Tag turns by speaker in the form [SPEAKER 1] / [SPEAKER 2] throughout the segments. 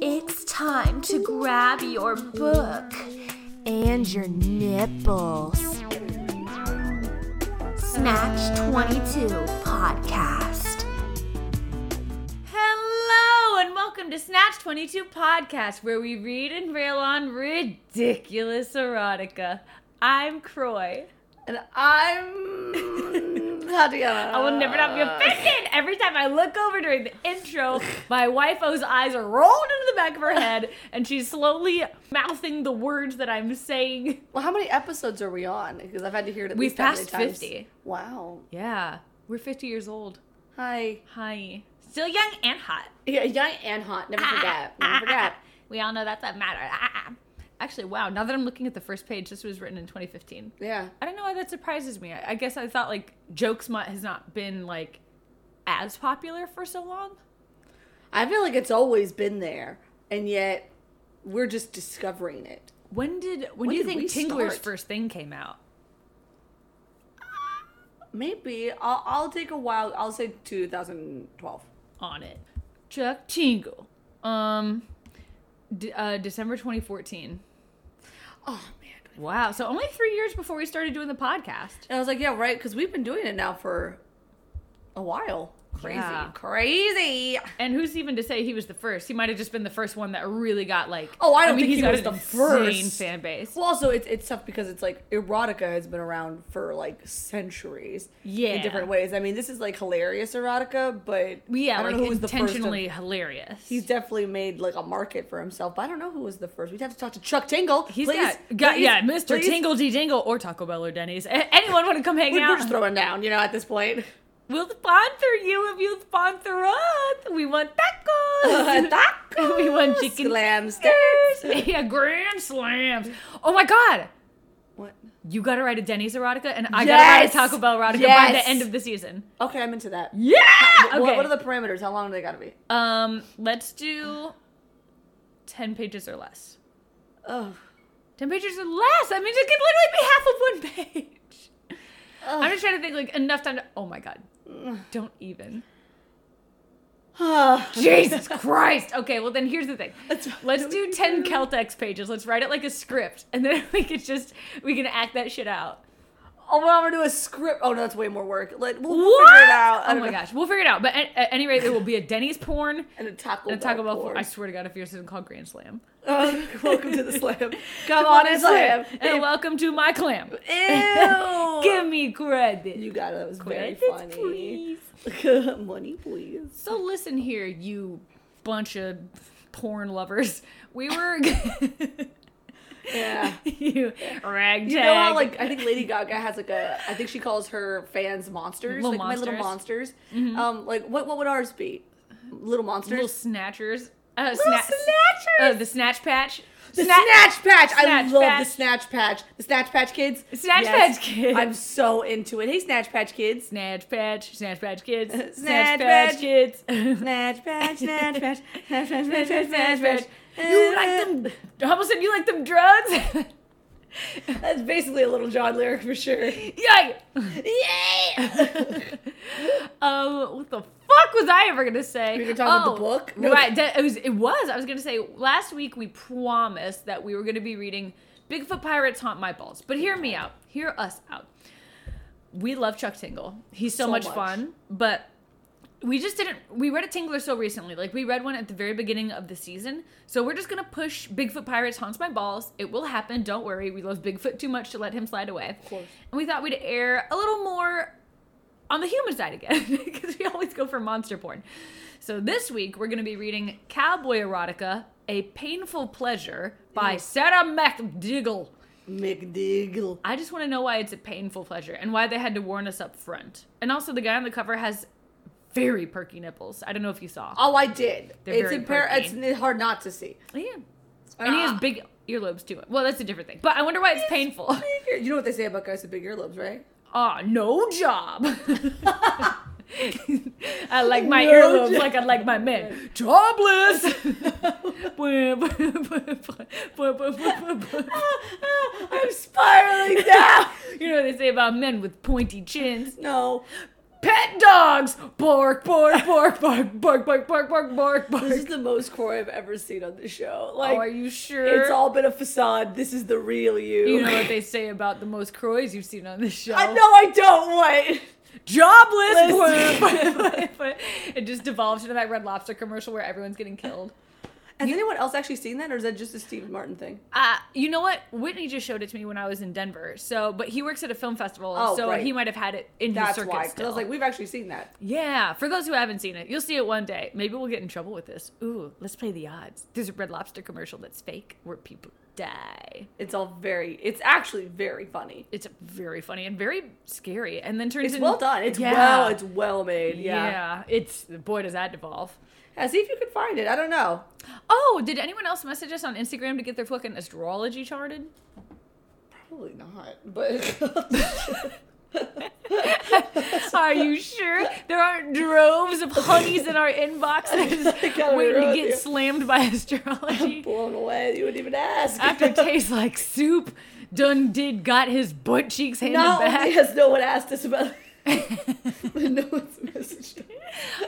[SPEAKER 1] It's time to grab your book
[SPEAKER 2] and your nipples.
[SPEAKER 1] Snatch 22 Podcast. Hello, and welcome to Snatch 22 Podcast, where we read and rail on ridiculous erotica. I'm Croy.
[SPEAKER 2] And I'm Tatiana.
[SPEAKER 1] I will never not be offended. Every time I look over during the intro, my wife O's eyes are rolled into the back of her head, and she's slowly mouthing the words that I'm saying.
[SPEAKER 2] Well, how many episodes are we on? Because I've had to hear it at
[SPEAKER 1] We've
[SPEAKER 2] least that many
[SPEAKER 1] passed
[SPEAKER 2] times.
[SPEAKER 1] 50.
[SPEAKER 2] Wow.
[SPEAKER 1] Yeah, we're 50 years old.
[SPEAKER 2] Hi.
[SPEAKER 1] Hi. Still young and hot.
[SPEAKER 2] Yeah, young and hot.
[SPEAKER 1] Ah,
[SPEAKER 2] Never forget. Never forget.
[SPEAKER 1] We all know that that matter. Ah, ah, ah. Actually, wow. Now that I'm looking at the first page, this was written in 2015.
[SPEAKER 2] Yeah.
[SPEAKER 1] I don't know why that surprises me. I, I guess I thought like jokes mutt has not been like as popular for so long.
[SPEAKER 2] I feel like it's always been there, and yet we're just discovering it.
[SPEAKER 1] When did when,
[SPEAKER 2] When
[SPEAKER 1] do you
[SPEAKER 2] did
[SPEAKER 1] think
[SPEAKER 2] we
[SPEAKER 1] Tingler's
[SPEAKER 2] start?
[SPEAKER 1] first thing came out?
[SPEAKER 2] Maybe I'll, I'll take a while. I'll say 2012.
[SPEAKER 1] On it, Chuck Tingle. Um, d- uh, December 2014.
[SPEAKER 2] Oh man.
[SPEAKER 1] Wow. So only three years before we started doing the podcast.
[SPEAKER 2] And I was like, yeah, right, because we've been doing it now for a while. Crazy,
[SPEAKER 1] Yeah.
[SPEAKER 2] crazy.
[SPEAKER 1] And who's even to say he was the first? He might have just been the first one that really got like.
[SPEAKER 2] Oh, I don't think he
[SPEAKER 1] got
[SPEAKER 2] was
[SPEAKER 1] an
[SPEAKER 2] the
[SPEAKER 1] insane
[SPEAKER 2] first.
[SPEAKER 1] fan base.
[SPEAKER 2] Well, also it's it's tough because it's like erotica has been around for like centuries.
[SPEAKER 1] Yeah.
[SPEAKER 2] in different ways. I mean, this is like hilarious erotica, but
[SPEAKER 1] yeah,
[SPEAKER 2] I don't
[SPEAKER 1] like
[SPEAKER 2] know who was the first.
[SPEAKER 1] intentionally
[SPEAKER 2] Of,
[SPEAKER 1] hilarious.
[SPEAKER 2] he's definitely made like a market for himself, but I don't know who was the first. We'd have to talk to Chuck Tingle.
[SPEAKER 1] He's
[SPEAKER 2] please,
[SPEAKER 1] got, got
[SPEAKER 2] please,
[SPEAKER 1] yeah, Mr.
[SPEAKER 2] please.
[SPEAKER 1] Tingle D Dingle or Taco Bell or Denny's. A- anyone want to come hang
[SPEAKER 2] We're, we're
[SPEAKER 1] out?
[SPEAKER 2] just throwing down, you know, at this point.
[SPEAKER 1] We'll sponsor you if you sponsor us. We want
[SPEAKER 2] Uh,
[SPEAKER 1] tacos.
[SPEAKER 2] Tacos,
[SPEAKER 1] we want chicken
[SPEAKER 2] slams.
[SPEAKER 1] fingers. yeah, grand slams. Oh my god.
[SPEAKER 2] What?
[SPEAKER 1] You gotta write a Denny's erotica and I
[SPEAKER 2] Yes.
[SPEAKER 1] gotta write a Taco Bell erotica by
[SPEAKER 2] Yes.
[SPEAKER 1] the end of the season.
[SPEAKER 2] Okay, I'm into that.
[SPEAKER 1] Yeah.
[SPEAKER 2] What- What, are the parameters? How long do they gotta be?
[SPEAKER 1] Um, let's do ten pages or less.
[SPEAKER 2] Oh,
[SPEAKER 1] Ten pages or less. I mean, it could literally be half of one page. I'm just trying to think like enough time. To, oh my god,
[SPEAKER 2] Mm.
[SPEAKER 1] don't even.
[SPEAKER 2] Oh,
[SPEAKER 1] Jesus Christ. Okay, well then here's the thing. Let's do ten Celtex pages. Let's write it like a script, and then we could just we can act that shit out.
[SPEAKER 2] Oh, well, I'm gonna do a script. Oh no, that's way more work. Let we'll
[SPEAKER 1] What?
[SPEAKER 2] figure it out. I
[SPEAKER 1] Oh
[SPEAKER 2] don't
[SPEAKER 1] my
[SPEAKER 2] know.
[SPEAKER 1] gosh, we'll figure it out. But at, at any rate, there will be a Denny's porn.
[SPEAKER 2] And a taco.
[SPEAKER 1] And a Taco Bell
[SPEAKER 2] board.
[SPEAKER 1] porn. I swear to God, if you're something called Grand Slam.
[SPEAKER 2] Uh, welcome to the slam. Come on and slam.
[SPEAKER 1] And welcome to my clam.
[SPEAKER 2] Ew.
[SPEAKER 1] Give me credit.
[SPEAKER 2] you got it. That was very
[SPEAKER 1] Credits,
[SPEAKER 2] funny.
[SPEAKER 1] please.
[SPEAKER 2] Money, please.
[SPEAKER 1] So listen here, you bunch of porn lovers. We were
[SPEAKER 2] Yeah.
[SPEAKER 1] you ragtag.
[SPEAKER 2] You know how like I think Lady Gaga has like a I think she calls her fans monsters,
[SPEAKER 1] Little Mm-hmm.
[SPEAKER 2] like my little monsters. Um, like what what would ours be? Little monsters.
[SPEAKER 1] little snatchers. Uh,
[SPEAKER 2] Little
[SPEAKER 1] sna-
[SPEAKER 2] snatchers.
[SPEAKER 1] uh, the snatch patch.
[SPEAKER 2] the
[SPEAKER 1] Sna-
[SPEAKER 2] Snatch Patch. I
[SPEAKER 1] Snatch
[SPEAKER 2] love
[SPEAKER 1] Patch.
[SPEAKER 2] the Snatch Patch. The Snatch Patch Kids.
[SPEAKER 1] Snatch Patch Kids.
[SPEAKER 2] I'm so into it. Hey, Snatch Patch Kids.
[SPEAKER 1] Snatch patch, snatch patch kids,
[SPEAKER 2] Uh,
[SPEAKER 1] snatch,
[SPEAKER 2] Snatch
[SPEAKER 1] patch,
[SPEAKER 2] Patch.
[SPEAKER 1] kids.
[SPEAKER 2] Snatch Patch. Snatch Patch. Snatch Patch. Snatch Patch. Snatch Patch.
[SPEAKER 1] you like them? I almost said you like them drugs.
[SPEAKER 2] That's basically a Little John lyric for sure.
[SPEAKER 1] Yay!
[SPEAKER 2] Yay!
[SPEAKER 1] Um, what the fuck was I ever gonna say? Oh,
[SPEAKER 2] We were talking about the book? No.
[SPEAKER 1] Right. that- it was. It was. I was gonna say last week we promised that we were gonna be reading Bigfoot Pirates Haunt My Balls. But hear me out. Hear us out. We love Chuck Tingle. He's so,
[SPEAKER 2] So
[SPEAKER 1] much,
[SPEAKER 2] much.
[SPEAKER 1] fun. But we just didn't. We read a Tingler so recently. Like we read one at the very beginning of the season. So we're just gonna push Bigfoot Pirates Haunts My Balls. It will happen. Don't worry. We love Bigfoot too much to let him slide away. Of
[SPEAKER 2] course.
[SPEAKER 1] And we thought we'd air a little more on the human side again because we always go for monster porn. So this week we're going to be reading Cowboy Erotica: A Painful Pleasure by Sarah McDougall.
[SPEAKER 2] McDiggle.
[SPEAKER 1] I just want to know why it's a painful pleasure and why they had to warn us up front. And also the guy on the cover has very perky nipples. I don't know if you saw.
[SPEAKER 2] Oh, I did.
[SPEAKER 1] They're
[SPEAKER 2] it's
[SPEAKER 1] very
[SPEAKER 2] impar-
[SPEAKER 1] perky.
[SPEAKER 2] it's hard not to see.
[SPEAKER 1] Yeah. And he has big earlobes too. Well, that's a different thing. But I wonder why it's painful.
[SPEAKER 2] You know what they say about guys with big earlobes, right?
[SPEAKER 1] Ah, no job. I like my
[SPEAKER 2] No
[SPEAKER 1] earlobes
[SPEAKER 2] job.
[SPEAKER 1] like I like my men. Jobless. you
[SPEAKER 2] I'm spiraling down.
[SPEAKER 1] know what they say about men with pointy chins?
[SPEAKER 2] no.
[SPEAKER 1] Pet dogs! Bark, bark, bark, bark, bark, bark, bark, bark, bark, bark.
[SPEAKER 2] This is the most Corey I've ever seen on this show.
[SPEAKER 1] Oh,
[SPEAKER 2] Like,
[SPEAKER 1] are you sure?
[SPEAKER 2] it's all been a facade. This is the real you.
[SPEAKER 1] You know what they say about the most Croys you've seen on this show.
[SPEAKER 2] I know I don't. What?
[SPEAKER 1] Jobless.
[SPEAKER 2] Listen.
[SPEAKER 1] But- but it just devolves into that Red Lobster commercial where everyone's getting killed.
[SPEAKER 2] Has anyone else actually seen that, or is that just a Steve Martin thing?
[SPEAKER 1] Uh, you know what? Whitney just showed it to me when I was in Denver. So, but he works at a film festival,
[SPEAKER 2] Oh,
[SPEAKER 1] so
[SPEAKER 2] right.
[SPEAKER 1] he might have had it in his
[SPEAKER 2] That's
[SPEAKER 1] circuit.
[SPEAKER 2] why. Because I
[SPEAKER 1] still.
[SPEAKER 2] was like, we've actually seen that.
[SPEAKER 1] yeah. For those who haven't seen it, you'll see it one day. Maybe we'll get in trouble with this. Ooh, let's play the odds. There's a Red Lobster commercial that's fake where people die.
[SPEAKER 2] It's all very. It's actually very funny.
[SPEAKER 1] It's very funny and very scary, and then turns.
[SPEAKER 2] It's
[SPEAKER 1] in-
[SPEAKER 2] well done. It's
[SPEAKER 1] Yeah.
[SPEAKER 2] well. It's well made. Yeah.
[SPEAKER 1] yeah. It's boy does that devolve.
[SPEAKER 2] yeah. See if you can find it. I don't know.
[SPEAKER 1] Oh, did anyone else message us on Instagram to get their fucking astrology charted?
[SPEAKER 2] Probably not. But
[SPEAKER 1] Are you sure there aren't droves of honeys in our
[SPEAKER 2] I
[SPEAKER 1] inboxes
[SPEAKER 2] gotta be
[SPEAKER 1] waiting to
[SPEAKER 2] real
[SPEAKER 1] get
[SPEAKER 2] with you.
[SPEAKER 1] slammed by astrology?
[SPEAKER 2] blown away. You wouldn't even ask.
[SPEAKER 1] After tastes like soup, done did got his butt cheeks handed
[SPEAKER 2] not only
[SPEAKER 1] back.
[SPEAKER 2] has no one asked us about. no one's messaged.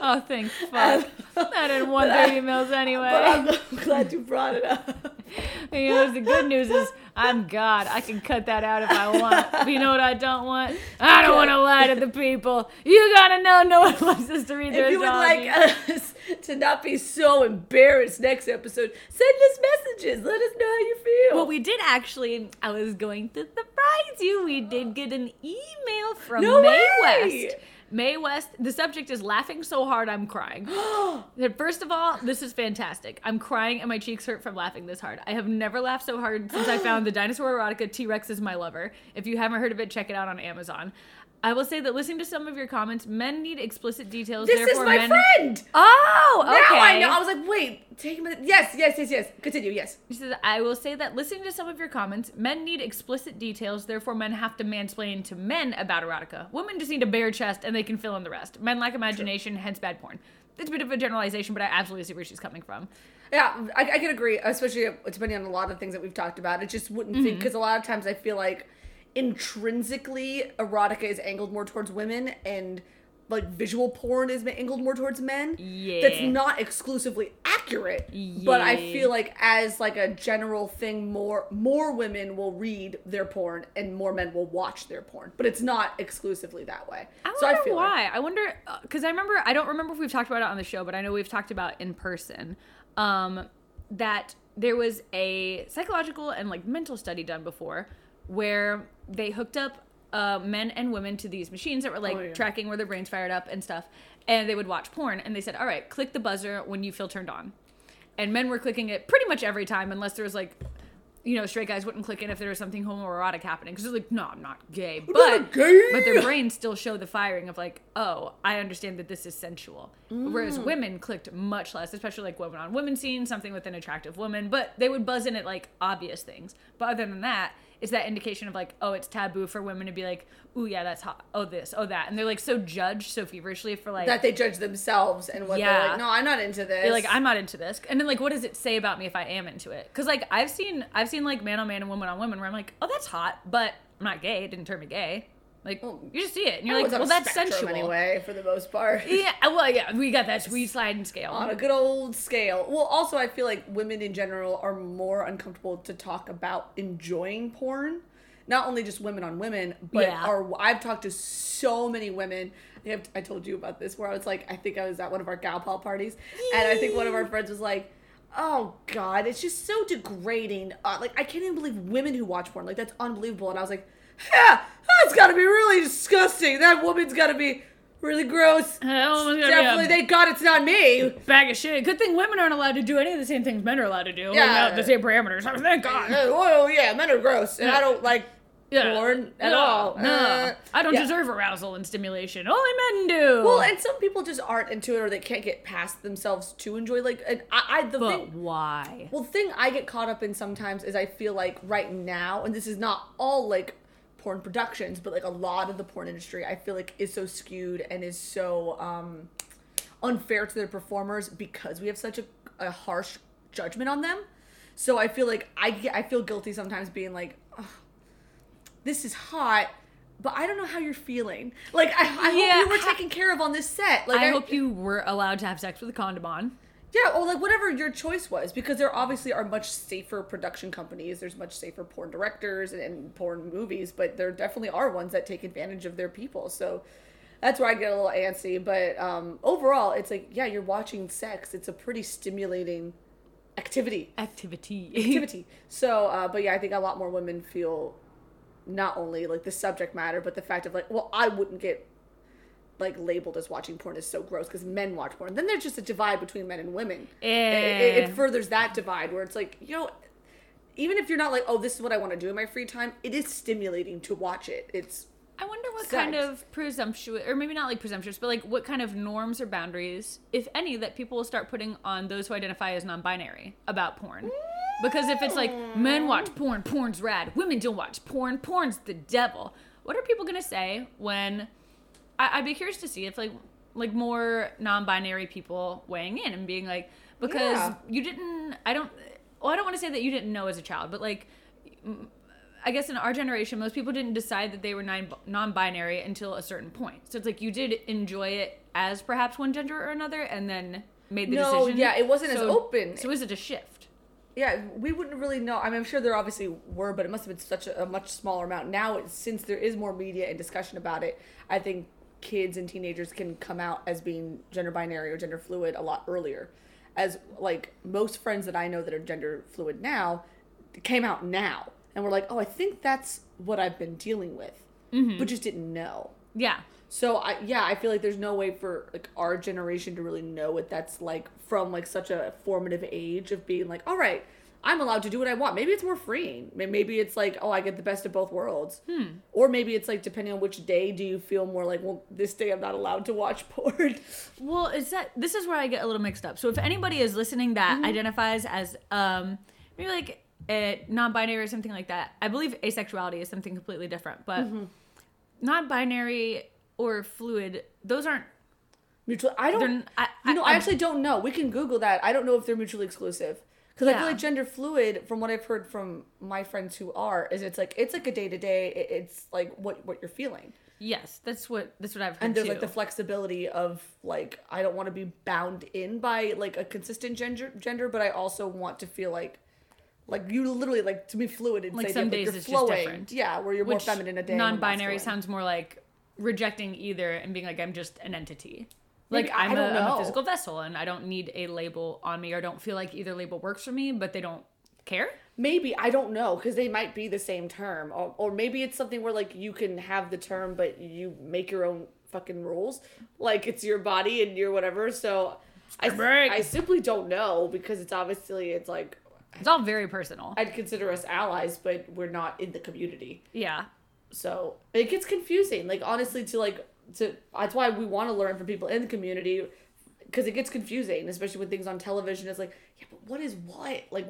[SPEAKER 1] Oh, thank fuck. I didn't want
[SPEAKER 2] But I-
[SPEAKER 1] their emails
[SPEAKER 2] But
[SPEAKER 1] anyway.
[SPEAKER 2] I'm glad you brought it up.
[SPEAKER 1] You know, the good news is I'm God. I can cut that out if I want. But you know what I don't want? I don't want to lie to the people. You gotta know no one wants us to read their
[SPEAKER 2] If you would
[SPEAKER 1] astrology.
[SPEAKER 2] like us to not be so embarrassed next episode, send us messages. Let us know how you feel.
[SPEAKER 1] Well, we did actually. I was going to surprise you. We did get an email from
[SPEAKER 2] No
[SPEAKER 1] May
[SPEAKER 2] way!
[SPEAKER 1] West. May West. The subject is laughing so hard I'm crying. Said, First of all, this is fantastic. I'm crying and my cheeks hurt from laughing this hard. I have never laughed so hard since I found the dinosaur erotica T Rex is my lover. If you haven't heard of it, check it out on Amazon. I will say that listening to some of your comments, men need explicit details.
[SPEAKER 2] this is
[SPEAKER 1] therefore
[SPEAKER 2] my
[SPEAKER 1] men-
[SPEAKER 2] friend.
[SPEAKER 1] Oh, okay.
[SPEAKER 2] Now I know. I was like, wait, take him. Yes, yes, yes, yes. Continue. Yes.
[SPEAKER 1] She says, I will say that listening to some of your comments, men need explicit details, therefore, men have to mansplain to men about erotica. Women just need a bare chest and they can fill in the rest. Men lack imagination, hence bad porn. That's a bit of a generalization, but I absolutely see where she's coming from.
[SPEAKER 2] Yeah, I, I can agree, especially depending on a lot of things that we've talked about. I just wouldn't think
[SPEAKER 1] Mm-hmm.
[SPEAKER 2] because a lot of times I feel like intrinsically erotica is angled more towards women and like visual porn is angled more towards men. That's
[SPEAKER 1] Yeah.
[SPEAKER 2] not exclusively accurate. But I
[SPEAKER 1] Yeah.
[SPEAKER 2] feel like as like a general thing more more women will read their porn and more men will watch their porn. But it's not exclusively that way.
[SPEAKER 1] I
[SPEAKER 2] so
[SPEAKER 1] wonder
[SPEAKER 2] I feel like-
[SPEAKER 1] why. I wonder because I remember. I don't remember if we've talked about it on the show, but I know we've talked about in person um, that there was a psychological and like mental study done before where they hooked up uh, men and women to these machines that were like
[SPEAKER 2] Oh, yeah.
[SPEAKER 1] tracking where their brains fired up and stuff, and they would watch porn. And they said, "All right, click the buzzer when you feel turned on." And men were clicking it pretty much every time, unless there was like, you know, straight guys wouldn't click in if there was something homoerotic happening because they're like, "No, I'm not gay," but
[SPEAKER 2] not gay.
[SPEAKER 1] but their brains still show the firing of like, oh, I understand that this is sensual. Whereas
[SPEAKER 2] Mm.
[SPEAKER 1] women clicked much less, especially like women on women scene, something with an attractive woman, but they would buzz in at like obvious things. But other than that, it's that indication of like, oh, it's taboo for women to be like, ooh, yeah, that's hot. Oh, this, oh, that. And they're like so judged so feverishly for like,
[SPEAKER 2] that they judge themselves and what
[SPEAKER 1] Yeah.
[SPEAKER 2] they're like, no, I'm not into this.
[SPEAKER 1] they're like, I'm not into this. And then like, what does it say about me if I am into it? Because like, I've seen, I've seen like man on man and woman on woman where I'm like, oh, that's hot, but I'm not gay. It didn't turn me gay. Like,
[SPEAKER 2] Well,
[SPEAKER 1] you just see it and you're
[SPEAKER 2] Oh,
[SPEAKER 1] like,
[SPEAKER 2] it's on
[SPEAKER 1] well,
[SPEAKER 2] a
[SPEAKER 1] that's
[SPEAKER 2] spectrum
[SPEAKER 1] sensual.
[SPEAKER 2] anyway, for the most part.
[SPEAKER 1] Yeah, well, yeah, we got that sweet sliding scale.
[SPEAKER 2] on a good old scale. Well, also I feel like women in general are more uncomfortable to talk about enjoying porn. Not only just women on women, but
[SPEAKER 1] Yeah.
[SPEAKER 2] are I've talked to so many women. I, have, I told you about this where I was like, I think I was at one of our gal pal parties, and I think one of our friends was like, "Oh God, it's just so degrading. Uh, like I can't even believe women who watch porn. Like that's unbelievable." And I was like, "Yeah, that's got to be really disgusting. That woman's got to be really gross.
[SPEAKER 1] That woman's gotta be a-
[SPEAKER 2] Definitely, thank God it's not me."
[SPEAKER 1] Bag of shit. Good thing women aren't allowed to do any of the same things men are allowed to do. Like,
[SPEAKER 2] Yeah.
[SPEAKER 1] not the same parameters. Oh, thank God.
[SPEAKER 2] Uh, oh yeah, men are gross, and I don't like
[SPEAKER 1] Yeah.
[SPEAKER 2] porn at
[SPEAKER 1] No,
[SPEAKER 2] all.
[SPEAKER 1] No,
[SPEAKER 2] Uh,
[SPEAKER 1] I don't
[SPEAKER 2] yeah.
[SPEAKER 1] deserve arousal and stimulation. Only men do.
[SPEAKER 2] Well, and some people just aren't into it, or they can't get past themselves to enjoy. Like, and I, I the
[SPEAKER 1] but
[SPEAKER 2] thing,
[SPEAKER 1] why?
[SPEAKER 2] well, the thing I get caught up in sometimes is I feel like right now, and this is not all like porn productions, but like a lot of the porn industry, I feel like is so skewed and is so um unfair to their performers because we have such a, a harsh judgment on them. So I feel like I get- I feel guilty sometimes being like, "Ugh, this is hot, but I don't know how you're feeling. Like I, I
[SPEAKER 1] Yeah,
[SPEAKER 2] hope you were
[SPEAKER 1] ha-
[SPEAKER 2] taken care of on this set. Like
[SPEAKER 1] I hope you were allowed to have sex with a condom on.
[SPEAKER 2] Yeah, or like whatever your choice was, because there obviously are much safer production companies. There's much safer porn directors and, and porn movies, but there definitely are ones that take advantage of their people. So that's where I get a little antsy. But um, overall, it's like yeah, you're watching sex. It's a pretty stimulating activity.
[SPEAKER 1] Activity.
[SPEAKER 2] Activity. So, uh, but yeah, I think a lot more women feel not only like the subject matter, but the fact of like, well, I wouldn't get like labeled as watching porn is so gross because men watch porn. Then there's just a divide between men and women. It, it,
[SPEAKER 1] Yeah.
[SPEAKER 2] it furthers that divide where it's like, you know, even if you're not like, oh, this is what I want to do in my free time, it is stimulating to watch it. It's
[SPEAKER 1] I wonder what
[SPEAKER 2] Sex.
[SPEAKER 1] kind of presumptuous, or maybe not like presumptuous, but like what kind of norms or boundaries, if any, that people will start putting on those who identify as non binary about porn. Because if it's like men watch porn, porn's rad, women don't watch porn, porn's the devil, what are people gonna say when I, I'd be curious to see if like like more non-binary people weighing in and being like because
[SPEAKER 2] Yeah.
[SPEAKER 1] you didn't I don't well I don't want to say that you didn't know as a child but like m- I guess in our generation most people didn't decide that they were nine, non-binary until a certain point so it's like you did enjoy it as perhaps one gender or another and then made the
[SPEAKER 2] No,
[SPEAKER 1] decision
[SPEAKER 2] yeah, it wasn't as open.
[SPEAKER 1] so is it a shift
[SPEAKER 2] yeah, we wouldn't really know. I mean, I'm sure there obviously were, but it must have been such a, a much smaller amount. Now, it's- since there is more media and discussion about it, I think kids and teenagers can come out as being gender binary or gender fluid a lot earlier. As like most friends that I know that are gender fluid now came out now and were like, oh, I think that's what I've been dealing with, but just didn't know.
[SPEAKER 1] yeah
[SPEAKER 2] So I yeah, I feel like there's no way for like our generation to really know what that's like from like such a formative age of being like, all right, I'm allowed to do what I want. Maybe it's more freeing. May- Maybe it's like, oh, I get the best of both worlds.
[SPEAKER 1] Hmm.
[SPEAKER 2] Or maybe it's like depending on which day do you feel more like, well, this day I'm not allowed to watch porn.
[SPEAKER 1] Well, is that this is where I get a little mixed up. So if anybody is listening that identifies as um maybe like a non-binary or something like that, I believe asexuality is something completely different, but
[SPEAKER 2] Mm-hmm.
[SPEAKER 1] non-binary or fluid, those aren't
[SPEAKER 2] Mutual. I
[SPEAKER 1] they're
[SPEAKER 2] don't.
[SPEAKER 1] n- I,
[SPEAKER 2] You know, I,
[SPEAKER 1] I-
[SPEAKER 2] actually don't know. We can Google that. I don't know if they're mutually exclusive. Because I
[SPEAKER 1] Yeah.
[SPEAKER 2] feel like gender fluid, from what I've heard from my friends who are, is it's like it's like a day to day. It's like what what you're feeling.
[SPEAKER 1] yes, that's what that's what I've heard
[SPEAKER 2] and there's
[SPEAKER 1] too.
[SPEAKER 2] like the flexibility of like I don't want to be bound in by like a consistent gender gender, but I also want to feel like like you literally like to be fluid and
[SPEAKER 1] Like,
[SPEAKER 2] say
[SPEAKER 1] some
[SPEAKER 2] that,
[SPEAKER 1] days
[SPEAKER 2] you're
[SPEAKER 1] it's just
[SPEAKER 2] flowing.
[SPEAKER 1] different.
[SPEAKER 2] Yeah, where you're more
[SPEAKER 1] Which
[SPEAKER 2] feminine a day. more
[SPEAKER 1] non-binary
[SPEAKER 2] masculine.
[SPEAKER 1] sounds more like rejecting either and being like I'm just an entity. Like
[SPEAKER 2] Maybe- I
[SPEAKER 1] I'm a,
[SPEAKER 2] don't
[SPEAKER 1] I'm a
[SPEAKER 2] know.
[SPEAKER 1] physical vessel and I don't need a label on me or don't feel like either label works for me, but they don't care.
[SPEAKER 2] maybe I don't know because they might be the same term, or, or maybe it's something where like you can have the term but you make your own fucking rules, like it's your body and your whatever. So I
[SPEAKER 1] Right.
[SPEAKER 2] I simply don't know because it's obviously it's like
[SPEAKER 1] It's all very personal.
[SPEAKER 2] I'd consider us allies, but we're not in the community.
[SPEAKER 1] yeah.
[SPEAKER 2] So it gets confusing. Like honestly, to like to that's why we want to learn from people in the community because it gets confusing, especially with things on television. It's like, yeah, but what is what like,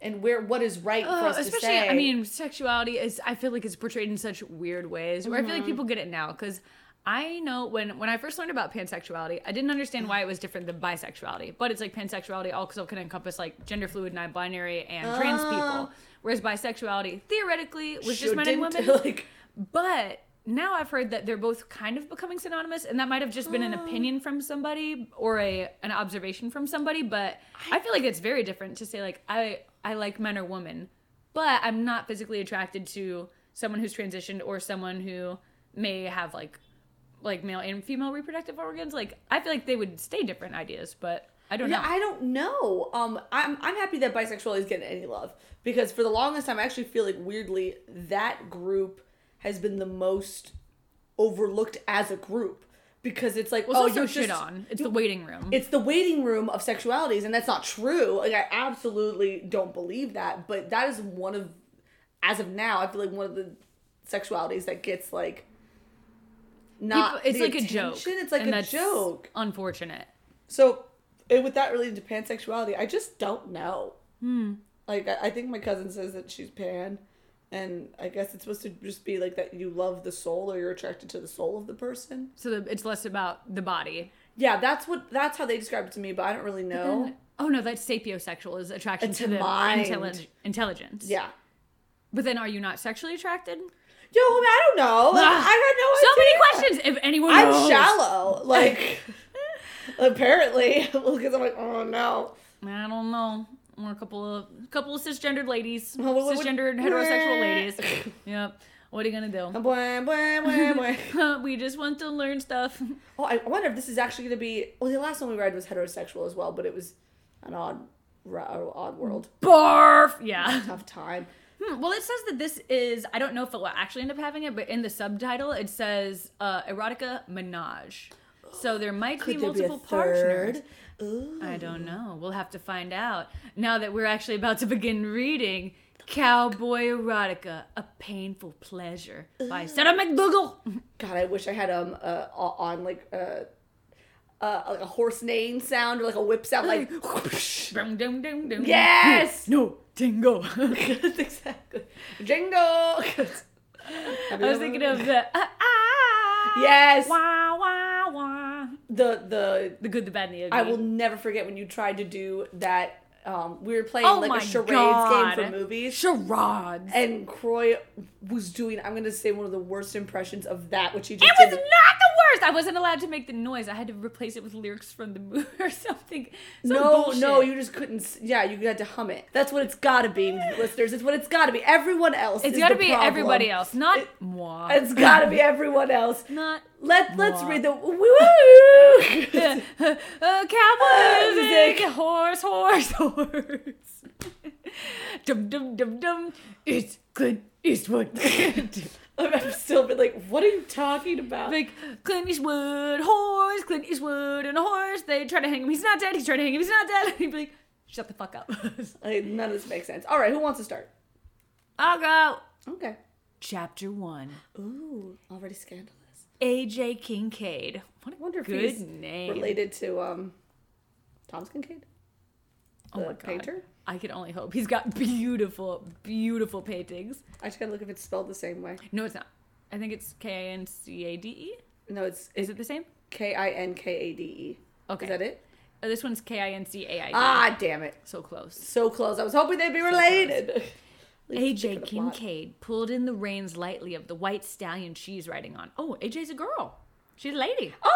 [SPEAKER 2] and where what is right for us to
[SPEAKER 1] especially,
[SPEAKER 2] say?
[SPEAKER 1] I mean, sexuality is. I feel like it's portrayed in such weird ways. Where I
[SPEAKER 2] Mm-hmm.
[SPEAKER 1] feel like people get it now because I know when when I first learned about pansexuality, I didn't understand why it was different than bisexuality. But it's like pansexuality also can encompass like gender fluid, non-binary, and trans people. Whereas bisexuality theoretically was just
[SPEAKER 2] Ah. Sure
[SPEAKER 1] men and
[SPEAKER 2] didn't,
[SPEAKER 1] women.
[SPEAKER 2] Like,
[SPEAKER 1] But now I've heard that they're both kind of becoming synonymous, and that might have just been an opinion from somebody or a an observation from somebody. But I feel like it's very different to say like I I like men or women, but I'm not physically attracted to someone who's transitioned or someone who may have like like male and female reproductive organs. Like I feel like they would stay different ideas, but I don't
[SPEAKER 2] yeah,
[SPEAKER 1] know.
[SPEAKER 2] I don't know. Um, I'm I'm happy that bisexuality is getting any love because for the longest time, I actually feel like weirdly that group has been the most overlooked as a group because it's like,
[SPEAKER 1] oh,
[SPEAKER 2] oh,
[SPEAKER 1] you
[SPEAKER 2] you're
[SPEAKER 1] shit
[SPEAKER 2] just-
[SPEAKER 1] on. It's the waiting room.
[SPEAKER 2] it's the waiting room of sexualities and that's not true like i absolutely don't believe that but that is one of as of now i feel like one of the sexualities that gets like not
[SPEAKER 1] People- it's
[SPEAKER 2] the
[SPEAKER 1] like a joke.
[SPEAKER 2] attention. it's like
[SPEAKER 1] and
[SPEAKER 2] a
[SPEAKER 1] that's
[SPEAKER 2] joke
[SPEAKER 1] Unfortunate.
[SPEAKER 2] so and with that related to pansexuality i just don't know
[SPEAKER 1] Hmm.
[SPEAKER 2] like I, I think my cousin says that she's pan and i guess it's supposed to just be like that you love the soul or you're attracted to the soul of the person
[SPEAKER 1] So the, it's less about the body
[SPEAKER 2] yeah that's what that's how they described it to me but i don't really know
[SPEAKER 1] And- oh no, that's sapiosexual is attraction
[SPEAKER 2] It's
[SPEAKER 1] to the
[SPEAKER 2] mind.
[SPEAKER 1] intellig- intelligence.
[SPEAKER 2] yeah
[SPEAKER 1] But then, are you not sexually attracted?
[SPEAKER 2] Yo, homie, I don't know. Like,
[SPEAKER 1] Ah, So many
[SPEAKER 2] Oh, I
[SPEAKER 1] questions. If anyone
[SPEAKER 2] got no idea. I'm
[SPEAKER 1] knows.
[SPEAKER 2] shallow. Like, apparently. Well, because I'm like, oh no.
[SPEAKER 1] I don't know. We're a couple of couple of cisgendered ladies,
[SPEAKER 2] Well, what- what-
[SPEAKER 1] cisgendered heterosexual ladies. Yep. What are you gonna
[SPEAKER 2] Blah, blah, blah, blah.
[SPEAKER 1] do? we just want to learn stuff.
[SPEAKER 2] Oh, I wonder if this is actually going to be. Well, the last one we read was heterosexual as well, but it was an odd, ra- odd world.
[SPEAKER 1] Barf. Yeah.
[SPEAKER 2] Tough time.
[SPEAKER 1] Hmm, well, it says that this is. I don't know if it will actually end up having it, but in the subtitle it says uh, erotica menage. So there might be multiple partners.
[SPEAKER 2] Ooh.
[SPEAKER 1] I don't know. We'll have to find out now that we're actually about to begin reading Cowboy Erotica, A Painful Pleasure by Sarah McDougall.
[SPEAKER 2] God, I wish I had um uh, o- on like uh, uh like a horse neighing sound or like a whip sound like whoosh.
[SPEAKER 1] Dum, dum, dum, dum.
[SPEAKER 2] yes
[SPEAKER 1] No, Dingo.
[SPEAKER 2] exactly jingle. I
[SPEAKER 1] I was thinking of the ah, ah,
[SPEAKER 2] yes
[SPEAKER 1] wah, wah, wah.
[SPEAKER 2] the the
[SPEAKER 1] The good, the bad, and the ugly.
[SPEAKER 2] I will never forget when you tried to do that. Um, we were playing
[SPEAKER 1] Oh
[SPEAKER 2] like
[SPEAKER 1] my
[SPEAKER 2] a charades
[SPEAKER 1] God.
[SPEAKER 2] game for movies.
[SPEAKER 1] Charades.
[SPEAKER 2] and Croy was doing, I'm going to say, one of the worst impressions of that, which he just
[SPEAKER 1] It was
[SPEAKER 2] did.
[SPEAKER 1] not the worst. I wasn't allowed to make the noise. I had to replace it with lyrics from the movie or something. Some
[SPEAKER 2] No,
[SPEAKER 1] bullshit.
[SPEAKER 2] no, you just couldn't. s- Yeah, you had to hum it. That's what it's got to be, listeners. It's what it's got to be. Everyone else.
[SPEAKER 1] It's
[SPEAKER 2] is
[SPEAKER 1] got to
[SPEAKER 2] the
[SPEAKER 1] be
[SPEAKER 2] problem.
[SPEAKER 1] everybody else, not
[SPEAKER 2] It-
[SPEAKER 1] moi.
[SPEAKER 2] It's got to be everyone else.
[SPEAKER 1] not
[SPEAKER 2] Let Let's
[SPEAKER 1] Mwah.
[SPEAKER 2] read the woo.
[SPEAKER 1] uh, uh, cowboy music.
[SPEAKER 2] Music.
[SPEAKER 1] Horse, horse, horse. dum dum dum dum. It's Clint Eastwood.
[SPEAKER 2] I've still been like, what are you talking about?
[SPEAKER 1] like Clint Eastwood, horse, Clint Eastwood, and a horse. They try to hang him. He's not dead. He's trying to hang him. He's not dead. He'd be like, shut the fuck up.
[SPEAKER 2] Like, none of this makes sense. All right, who wants to start?
[SPEAKER 1] I'll go.
[SPEAKER 2] Okay.
[SPEAKER 1] Chapter one.
[SPEAKER 2] Ooh, already scandalous.
[SPEAKER 1] AJ Kincaid. What a
[SPEAKER 2] Wonder if
[SPEAKER 1] good
[SPEAKER 2] he's
[SPEAKER 1] name.
[SPEAKER 2] Related to um, Thomas Kincaid,
[SPEAKER 1] oh
[SPEAKER 2] the
[SPEAKER 1] my god.
[SPEAKER 2] painter.
[SPEAKER 1] I can only hope. He's got beautiful, beautiful paintings.
[SPEAKER 2] I just gotta look if it's spelled the same way.
[SPEAKER 1] No, it's not. I think it's K I N C A D E.
[SPEAKER 2] No, it's
[SPEAKER 1] Is it the same?
[SPEAKER 2] K I N K A D E.
[SPEAKER 1] Okay.
[SPEAKER 2] Is that it?
[SPEAKER 1] Oh, this one's K I N C A I D. E.
[SPEAKER 2] Ah, damn it.
[SPEAKER 1] So close.
[SPEAKER 2] So close. I was hoping they'd be related. Stick
[SPEAKER 1] AJ
[SPEAKER 2] with the plot.
[SPEAKER 1] Kincaid pulled in the reins lightly of the white stallion she's riding on. Oh, AJ's a girl. She's a lady.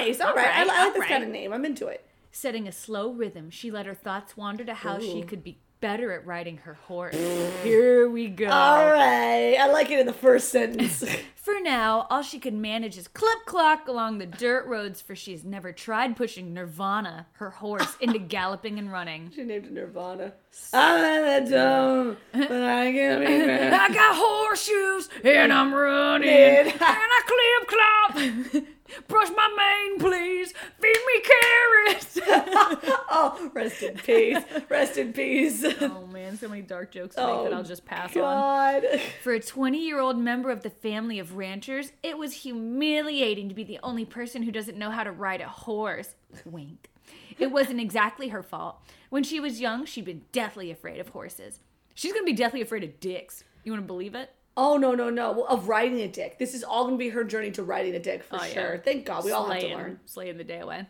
[SPEAKER 2] Oh, nice. all right. I,
[SPEAKER 1] Alright,
[SPEAKER 2] li- I like this
[SPEAKER 1] alright.
[SPEAKER 2] kind of name. I'm into it.
[SPEAKER 1] Setting a slow rhythm, she let her thoughts wander to how she
[SPEAKER 2] Ooh.
[SPEAKER 1] could be better at riding her horse. Here we go.
[SPEAKER 2] All right. I like it in the first sentence.
[SPEAKER 1] For now, all she could manage is clip clock along the dirt roads, for she's never tried pushing Nirvana, her horse, into galloping and running.
[SPEAKER 2] she named it Nirvana. I'm at the dome, but I can be grand.
[SPEAKER 1] I got horseshoes and I'm running.
[SPEAKER 2] Dude.
[SPEAKER 1] and I clip clop. Brush my mane, please. Feed me carrots.
[SPEAKER 2] Oh, rest in peace. Rest in peace.
[SPEAKER 1] oh man, so many dark jokes to
[SPEAKER 2] Oh,
[SPEAKER 1] make that I'll just pass on.
[SPEAKER 2] God.
[SPEAKER 1] For a 20 year old member of the family of ranchers, it was humiliating to be the only person who doesn't know how to ride a horse. Wink. It wasn't exactly her fault. When she was young, she'd been deathly afraid of horses. She's gonna be deathly afraid of dicks. You wanna believe it?
[SPEAKER 2] Oh, no, no, no. Well, of riding a dick. This is all going to be her journey to riding a dick for
[SPEAKER 1] Oh, yeah.
[SPEAKER 2] sure. Thank God. We all have to learn.
[SPEAKER 1] slaying the day away.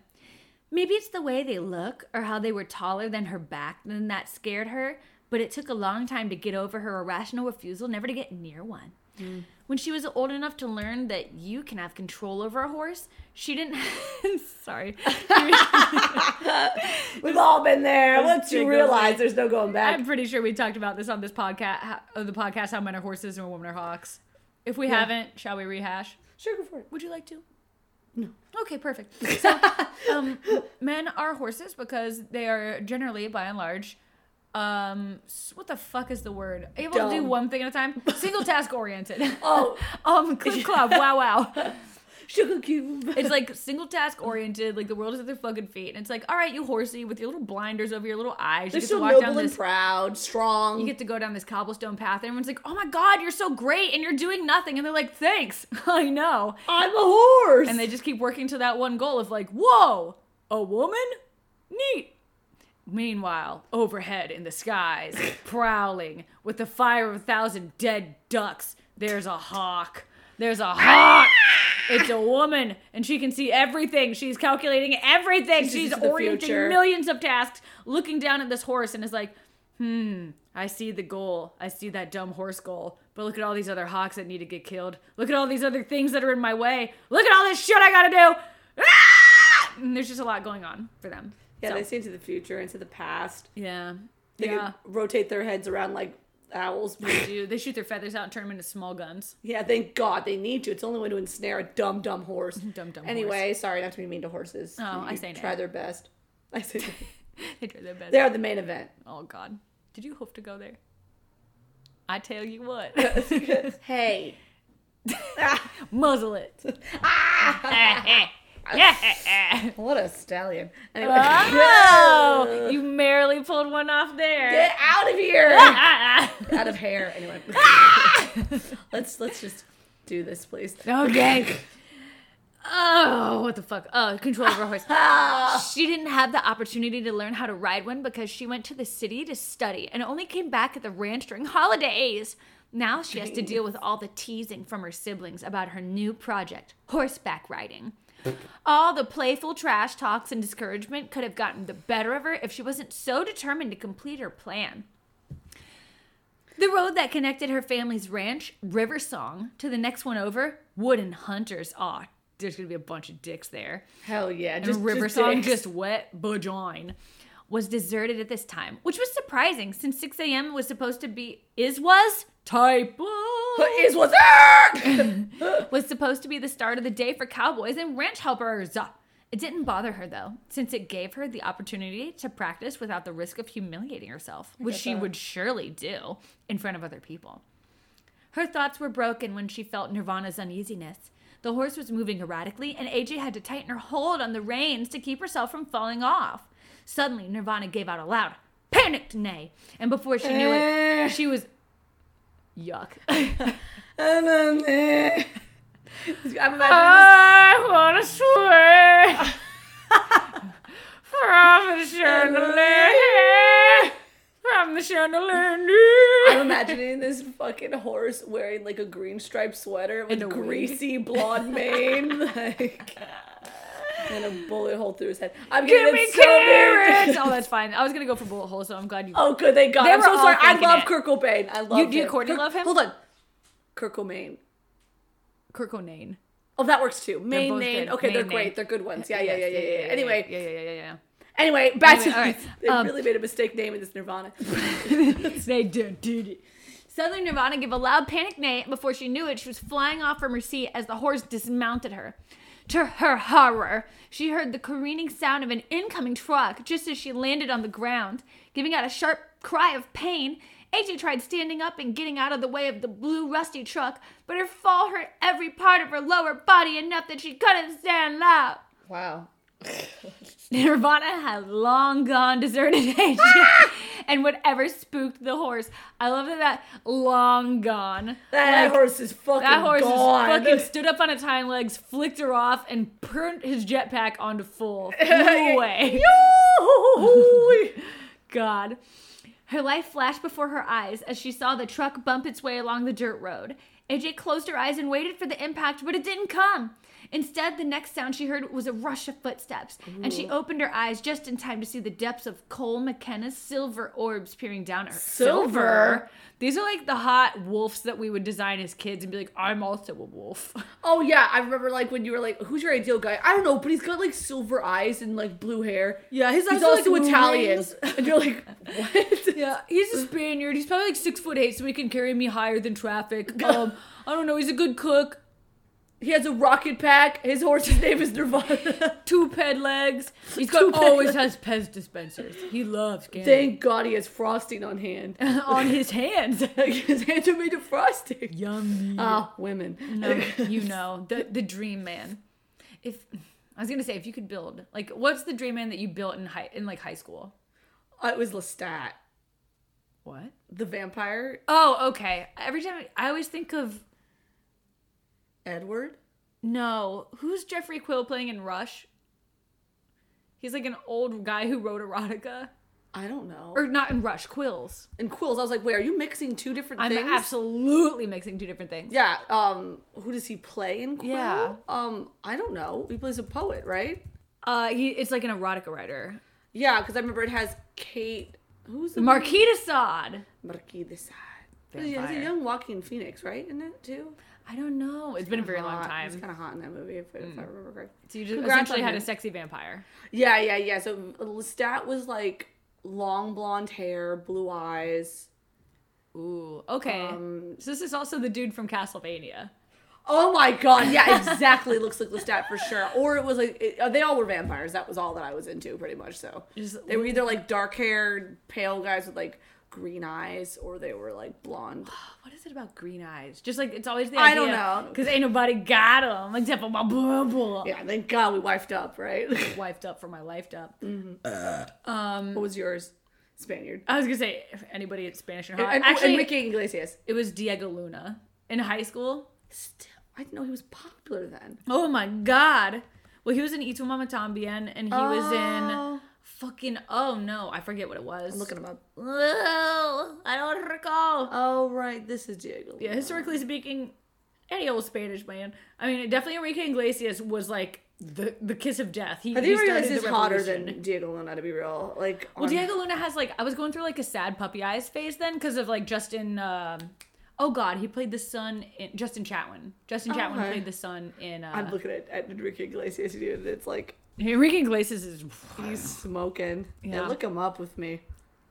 [SPEAKER 1] Maybe it's the way they look or how they were taller than her back, then that scared her, but it took a long time to get over her irrational refusal never to get near one.
[SPEAKER 2] Mm.
[SPEAKER 1] When she was old enough to learn that you can have control over a horse, she didn't. sorry.
[SPEAKER 2] We've all been there. Once you
[SPEAKER 1] jiggles.
[SPEAKER 2] realize there's no going back.
[SPEAKER 1] I'm pretty sure we talked about this on this podcast, how, of the podcast, How Men Are Horses and Women Are Hawks. If we haven't, shall we rehash?
[SPEAKER 2] Sure, go for it.
[SPEAKER 1] Would you like to? No. Okay, perfect. So, um, men are horses because they are generally, by and large, um, s- what the fuck is the word? Able to do
[SPEAKER 2] Dumb.
[SPEAKER 1] one thing at a time, single task oriented.
[SPEAKER 2] Oh,
[SPEAKER 1] um, clip clop, wow, wow.
[SPEAKER 2] sugar cube.
[SPEAKER 1] It's like single task oriented. Like the world is at their fucking feet, and it's like, all right, you horsey, with your little blinders over your little eyes, you
[SPEAKER 2] They're
[SPEAKER 1] get
[SPEAKER 2] so
[SPEAKER 1] to walk down
[SPEAKER 2] noble and
[SPEAKER 1] this.
[SPEAKER 2] proud, strong.
[SPEAKER 1] You get to go down this cobblestone path, and everyone's like, "Oh my god, you're so great!" And you're doing nothing, and they're like, "Thanks, I know."
[SPEAKER 2] I'm a horse.
[SPEAKER 1] and they just keep working to that one goal of like, whoa, a woman? Neat. Meanwhile, overhead in the skies, prowling with the fire of a thousand dead ducks, there's a hawk. There's a hawk. It's a woman, and she can see everything. She's calculating everything. She's,
[SPEAKER 2] sees into the
[SPEAKER 1] orienting
[SPEAKER 2] future.
[SPEAKER 1] millions of tasks, looking down at this horse, and is like, hmm, I see the goal. I see that dumb horse goal. But look at all these other hawks that need to get killed. Look at all these other things that are in my way. Look at all this shit I gotta do. Ah! And there's just a lot going on for them.
[SPEAKER 2] Yeah,
[SPEAKER 1] So,
[SPEAKER 2] they see into the future, into the past.
[SPEAKER 1] yeah.
[SPEAKER 2] They
[SPEAKER 1] yeah.
[SPEAKER 2] can rotate their heads around like owls.
[SPEAKER 1] They do. They shoot their feathers out and turn them into small guns.
[SPEAKER 2] yeah, thank God they need to. It's the only way to ensnare a dumb, dumb horse.
[SPEAKER 1] Dumb, dumb horse.
[SPEAKER 2] Anyway, sorry not to be mean to horses.
[SPEAKER 1] Oh,
[SPEAKER 2] You-
[SPEAKER 1] I
[SPEAKER 2] you
[SPEAKER 1] say no.
[SPEAKER 2] Try their best. I say
[SPEAKER 1] They try their best.
[SPEAKER 2] they are the main event.
[SPEAKER 1] Oh God, did you hope to go there? I tell you what,
[SPEAKER 2] hey.
[SPEAKER 1] muzzle it.
[SPEAKER 2] What a stallion. Anyway,
[SPEAKER 1] oh, you merrily pulled one off there.
[SPEAKER 2] get out of here.
[SPEAKER 1] Ah,
[SPEAKER 2] out of hair. Anyway. let's let's just do this, please.
[SPEAKER 1] ah. okay. Oh, what the fuck? Oh, control over horse.
[SPEAKER 2] Ah.
[SPEAKER 1] She didn't have the opportunity to learn how to ride one because she went to the city to study and only came back at the ranch during holidays. Now she has to deal with all the teasing from her siblings about her new project, horseback riding. All the playful trash talks and discouragement could have gotten the better of her if she wasn't so determined to complete her plan. The road that connected her family's ranch, River Song, to the next one over, Wooden Hunters. Aw, there's gonna be a bunch of dicks there
[SPEAKER 2] Hell yeah.
[SPEAKER 1] and River Song
[SPEAKER 2] dicks.
[SPEAKER 1] just wet bajine was deserted at this time, which was surprising since 6 a.m. was supposed to be is was typo
[SPEAKER 2] is what's up.
[SPEAKER 1] was supposed to be the start of the day for cowboys and ranch helpers. It didn't bother her though, since it gave her the opportunity to practice without the risk of humiliating herself, which
[SPEAKER 2] get
[SPEAKER 1] she
[SPEAKER 2] that.
[SPEAKER 1] would surely do in front of other people. Her thoughts were broken when she felt Nirvana's uneasiness. The horse was moving erratically, and AJ had to tighten her hold on the reins to keep herself from falling off. Suddenly, Nirvana gave out a loud, panicked neigh, and before she knew
[SPEAKER 2] Eh.
[SPEAKER 1] it, she was. Yuck.
[SPEAKER 2] I'm a man. I'm
[SPEAKER 1] Ah!
[SPEAKER 2] imagining
[SPEAKER 1] I want to sway from the chandelier, from the
[SPEAKER 2] this, I'm
[SPEAKER 1] chandelier.
[SPEAKER 2] imagining this fucking horse wearing like a green striped sweater with
[SPEAKER 1] And a wig.
[SPEAKER 2] greasy blonde mane, like, and a bullet hole through his head. I'm
[SPEAKER 1] Give
[SPEAKER 2] getting
[SPEAKER 1] me
[SPEAKER 2] it so big.
[SPEAKER 1] carrots. Oh, that's fine. I was gonna go for bullet hole, so I'm glad you.
[SPEAKER 2] Oh, good, they got.
[SPEAKER 1] They
[SPEAKER 2] I'm
[SPEAKER 1] were
[SPEAKER 2] so
[SPEAKER 1] all
[SPEAKER 2] sorry. I
[SPEAKER 1] thinking
[SPEAKER 2] love
[SPEAKER 1] it.
[SPEAKER 2] Kurt Cobain. I love.
[SPEAKER 1] You- do
[SPEAKER 2] him.
[SPEAKER 1] Courtney
[SPEAKER 2] Kurt-
[SPEAKER 1] love him?
[SPEAKER 2] Hold on, Kurt Cobain.
[SPEAKER 1] Kurt Cobain.
[SPEAKER 2] Oh, that works too. Main
[SPEAKER 1] both
[SPEAKER 2] name.
[SPEAKER 1] good.
[SPEAKER 2] Okay,
[SPEAKER 1] Main
[SPEAKER 2] they're
[SPEAKER 1] name.
[SPEAKER 2] great. They're good ones. Yeah, yeah, yeah, yeah, yeah. yeah. Anyway,
[SPEAKER 1] yeah, yeah, yeah, yeah.
[SPEAKER 2] anyway, back
[SPEAKER 1] Anyway,
[SPEAKER 2] to
[SPEAKER 1] all right.
[SPEAKER 2] They
[SPEAKER 1] Um,
[SPEAKER 2] really made a mistake naming this Nirvana.
[SPEAKER 1] they did, did it. Suddenly, Nirvana gave a loud panic neigh. and Before she knew it, she was flying off from her seat as the horse dismounted her. To her horror, she heard the careening sound of an incoming truck just as she landed on the ground. Giving out a sharp cry of pain, AJ tried standing up and getting out of the way of the blue, rusty truck, but her fall hurt every part of her lower body enough that she couldn't stand up.
[SPEAKER 2] Wow.
[SPEAKER 1] Nirvana had long gone deserted Asia and whatever spooked the horse. I love that, that long gone.
[SPEAKER 2] That
[SPEAKER 1] Like,
[SPEAKER 2] horse is fucking
[SPEAKER 1] that horse is
[SPEAKER 2] gone.
[SPEAKER 1] fucking stood up on its hind legs, flicked her off, and turned his jetpack onto full. Flew away.
[SPEAKER 2] Yo-ho-ho-ho-y.
[SPEAKER 1] God. Her life flashed before her eyes as she saw the truck bump its way along the dirt road. AJ closed her eyes and waited for the impact, but it didn't come. Instead, the next sound she heard was a rush of footsteps, and she opened her eyes just in time to see the depths of Cole McKenna's silver orbs peering down at her.
[SPEAKER 2] Silver?
[SPEAKER 1] These are like the hot wolves that we would design as kids and be like, I'm also a wolf.
[SPEAKER 2] oh yeah, I remember like when you were like, "Who's your ideal guy?" I don't know, but he's got like silver eyes and like blue hair.
[SPEAKER 1] Yeah, his
[SPEAKER 2] he's also Italian, and you're like, "What?"
[SPEAKER 1] Yeah, he's a Spaniard. He's probably like six foot eight, so he can carry me higher than traffic. Um, I don't know. He's a good cook.
[SPEAKER 2] He has a rocket pack. His horse's name is Nirvana.
[SPEAKER 1] Two ped legs. He's got
[SPEAKER 2] Two-ped
[SPEAKER 1] always has Pez dispensers. He loves candy
[SPEAKER 2] Thank God he has frosting on hand.
[SPEAKER 1] on his hands.
[SPEAKER 2] His hands are made of frosting.
[SPEAKER 1] Yummy.
[SPEAKER 2] Ah, women.
[SPEAKER 1] No, you know the the dream man. If I was gonna say, if you could build like, what's the dream man that you built in high in like high school?
[SPEAKER 2] Uh, it was Lestat,
[SPEAKER 1] What?
[SPEAKER 2] the vampire
[SPEAKER 1] Oh, okay. Every time I always think of
[SPEAKER 2] Edward.
[SPEAKER 1] No. Who's Jeffrey Quill playing in Rush? He's like an old guy who wrote erotica.
[SPEAKER 2] I don't know.
[SPEAKER 1] Or not in Rush, Quills.
[SPEAKER 2] and Quills, I was like, "Wait, are you mixing two different
[SPEAKER 1] I'm
[SPEAKER 2] things?"
[SPEAKER 1] absolutely mixing two different things.
[SPEAKER 2] Yeah. Um. Who does he play in Quill?
[SPEAKER 1] Yeah.
[SPEAKER 2] Um. I don't know. He plays a poet, right?
[SPEAKER 1] Uh, he, it's like an erotica writer.
[SPEAKER 2] Yeah, because I remember it has Kate. Who's the
[SPEAKER 1] Marquita Sod.
[SPEAKER 2] Marquis de Sade. He's a
[SPEAKER 1] Vampire.
[SPEAKER 2] young Joaquin Phoenix, right? Isn't it too?
[SPEAKER 1] I don't know. It's been a very long
[SPEAKER 2] Hot. He's
[SPEAKER 1] time. Mm.
[SPEAKER 2] kind of hot in that movie, if, if I remember correctly.
[SPEAKER 1] So you just
[SPEAKER 2] Congrats
[SPEAKER 1] essentially
[SPEAKER 2] on
[SPEAKER 1] had
[SPEAKER 2] him.
[SPEAKER 1] a sexy vampire.
[SPEAKER 2] Yeah, yeah, yeah. So Lestat was like long blonde hair, blue eyes.
[SPEAKER 1] Ooh. Okay.
[SPEAKER 2] Um,
[SPEAKER 1] so this is also the dude from Castlevania.
[SPEAKER 2] Oh my god! Yeah, exactly. Looks like Lestat for sure. Or it was like it, uh, they all were vampires. That was all that I was into, pretty much. So
[SPEAKER 1] Just-
[SPEAKER 2] they were either like dark haired, pale guys with like green eyes, or they were like blonde.
[SPEAKER 1] What is it about green eyes? Just like it's always the idea.
[SPEAKER 2] I don't know.
[SPEAKER 1] Because ain't nobody got them except for my bubble.
[SPEAKER 2] Yeah, thank God we wifed up, right?
[SPEAKER 1] Wifed up for my lifed up.
[SPEAKER 2] what was yours, Spaniard?
[SPEAKER 1] I was gonna say if anybody at Spanish and hot.
[SPEAKER 2] And,
[SPEAKER 1] Actually,
[SPEAKER 2] Uh, Actually, Enrique Iglesias.
[SPEAKER 1] it was Diego Luna in high school.
[SPEAKER 2] Still, I didn't know he was popular then.
[SPEAKER 1] Oh my god. Well, he was in Itu Mama Tambien, and he was in
[SPEAKER 2] Oh.
[SPEAKER 1] fucking. Oh no, I forget what it was.
[SPEAKER 2] I'm looking him up.
[SPEAKER 1] Oh, I don't recall.
[SPEAKER 2] Oh right, this is Diego.
[SPEAKER 1] Yeah, historically speaking, any old Spanish man. I mean, definitely Enrique Iglesias was like the the kiss of death. He,
[SPEAKER 2] I
[SPEAKER 1] he
[SPEAKER 2] think realize
[SPEAKER 1] started
[SPEAKER 2] is
[SPEAKER 1] the
[SPEAKER 2] hotter
[SPEAKER 1] revolution.
[SPEAKER 2] than Diego Luna to be real. Like,
[SPEAKER 1] Well,
[SPEAKER 2] on-
[SPEAKER 1] Diego Luna has like I was going through like a sad puppy eyes phase then because of like Justin. Um, oh God, he played the son in Justin Chatwin. Justin Chatwin
[SPEAKER 2] Okay.
[SPEAKER 1] played the son in.
[SPEAKER 2] I'm
[SPEAKER 1] Uh,
[SPEAKER 2] looking at, at Enrique Iglesias, dude. It's like
[SPEAKER 1] Enrique Iglesias is.
[SPEAKER 2] he's smoking. Yeah.
[SPEAKER 1] Yeah.
[SPEAKER 2] look him up with me.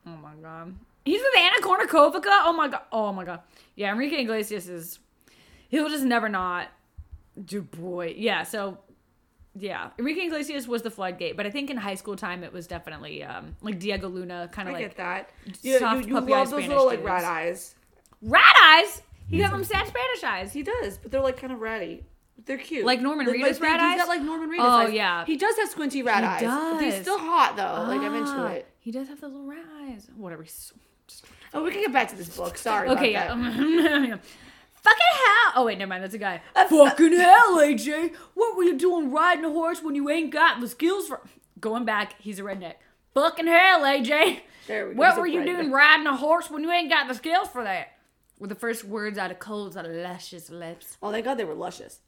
[SPEAKER 1] Oh my God, he's with Anna Kournikova. Oh my God. Oh my God. Yeah, Enrique Iglesias is. He'll just never not do boy. Yeah. So. Yeah, Enrique Iglesias was the floodgate, but I think in high school time it was definitely um, like Diego Luna, kind of
[SPEAKER 2] I
[SPEAKER 1] like
[SPEAKER 2] get that. Yeah,
[SPEAKER 1] soft
[SPEAKER 2] you, you
[SPEAKER 1] puppy eye
[SPEAKER 2] love those
[SPEAKER 1] Spanish
[SPEAKER 2] little like
[SPEAKER 1] dudes.
[SPEAKER 2] rat eyes.
[SPEAKER 1] rat eyes. He got them sad Spanish eyes.
[SPEAKER 2] He does, but they're like kind of ratty. They're cute.
[SPEAKER 1] Like Norman
[SPEAKER 2] like,
[SPEAKER 1] Reedus
[SPEAKER 2] they-
[SPEAKER 1] rat
[SPEAKER 2] He's
[SPEAKER 1] eyes?
[SPEAKER 2] got like Norman Reedus.
[SPEAKER 1] Oh,
[SPEAKER 2] eyes.
[SPEAKER 1] yeah.
[SPEAKER 2] He does have squinty rat eyes.
[SPEAKER 1] He
[SPEAKER 2] but He's
[SPEAKER 1] does.
[SPEAKER 2] still hot though. Like I'm into
[SPEAKER 1] Ah,
[SPEAKER 2] it.
[SPEAKER 1] He does have those little rat eyes. Whatever. He's so-
[SPEAKER 2] Oh, we can get back to this book. Sorry.
[SPEAKER 1] okay, yeah.
[SPEAKER 2] about that.
[SPEAKER 1] um, Fucking hell! Oh wait, never mind. That's a guy. Fucking hell, AJ. What were you doing riding a horse when you ain't got the skills for? Going back, he's a redneck. Fucking hell, AJ.
[SPEAKER 2] There we go.
[SPEAKER 1] What
[SPEAKER 2] He's a
[SPEAKER 1] were you
[SPEAKER 2] redneck.
[SPEAKER 1] doing riding a horse when you ain't got the skills for that? Were the first words out of Cole's luscious lips.
[SPEAKER 2] Oh, thank God they were luscious.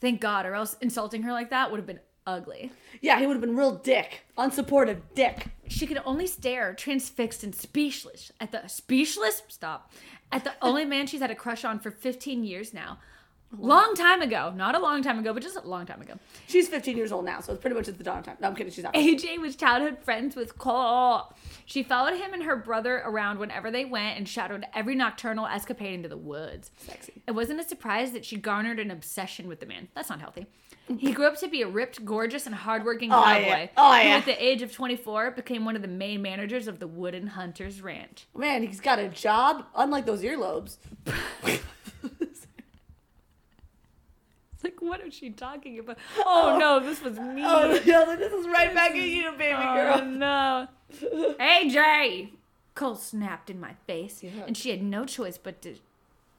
[SPEAKER 1] Thank God, or else insulting her like that would have been ugly.
[SPEAKER 2] Yeah, he would have been real dick, unsupportive dick.
[SPEAKER 1] She could only stare, transfixed and speechless, at the speechless stop, at the only man she's had a crush on for 15 years now. Long time ago, not a long time ago, but just a long time ago.
[SPEAKER 2] She's 15 years old now, so it's pretty much at the dawn of time. No, I'm kidding. She's not.
[SPEAKER 1] AJ was childhood friends with Cole. She followed him and her brother around whenever they went and shadowed every nocturnal escapade into the woods.
[SPEAKER 2] Sexy.
[SPEAKER 1] It wasn't a surprise that she garnered an obsession with the man. That's not healthy. He grew up to be a ripped, gorgeous, and hardworking
[SPEAKER 2] Oh,
[SPEAKER 1] cowboy
[SPEAKER 2] yeah. Oh,
[SPEAKER 1] who,
[SPEAKER 2] yeah.
[SPEAKER 1] at the age of 24, became one of the main managers of the Wooden Hunters Ranch.
[SPEAKER 2] Man, he's got a job, unlike those earlobes.
[SPEAKER 1] It's like, what is she talking about? Oh, no, this was me.
[SPEAKER 2] oh,
[SPEAKER 1] Oh,
[SPEAKER 2] yeah, this is right back at you, baby girl.
[SPEAKER 1] no. AJ! Cole snapped in my face, and she had no choice but to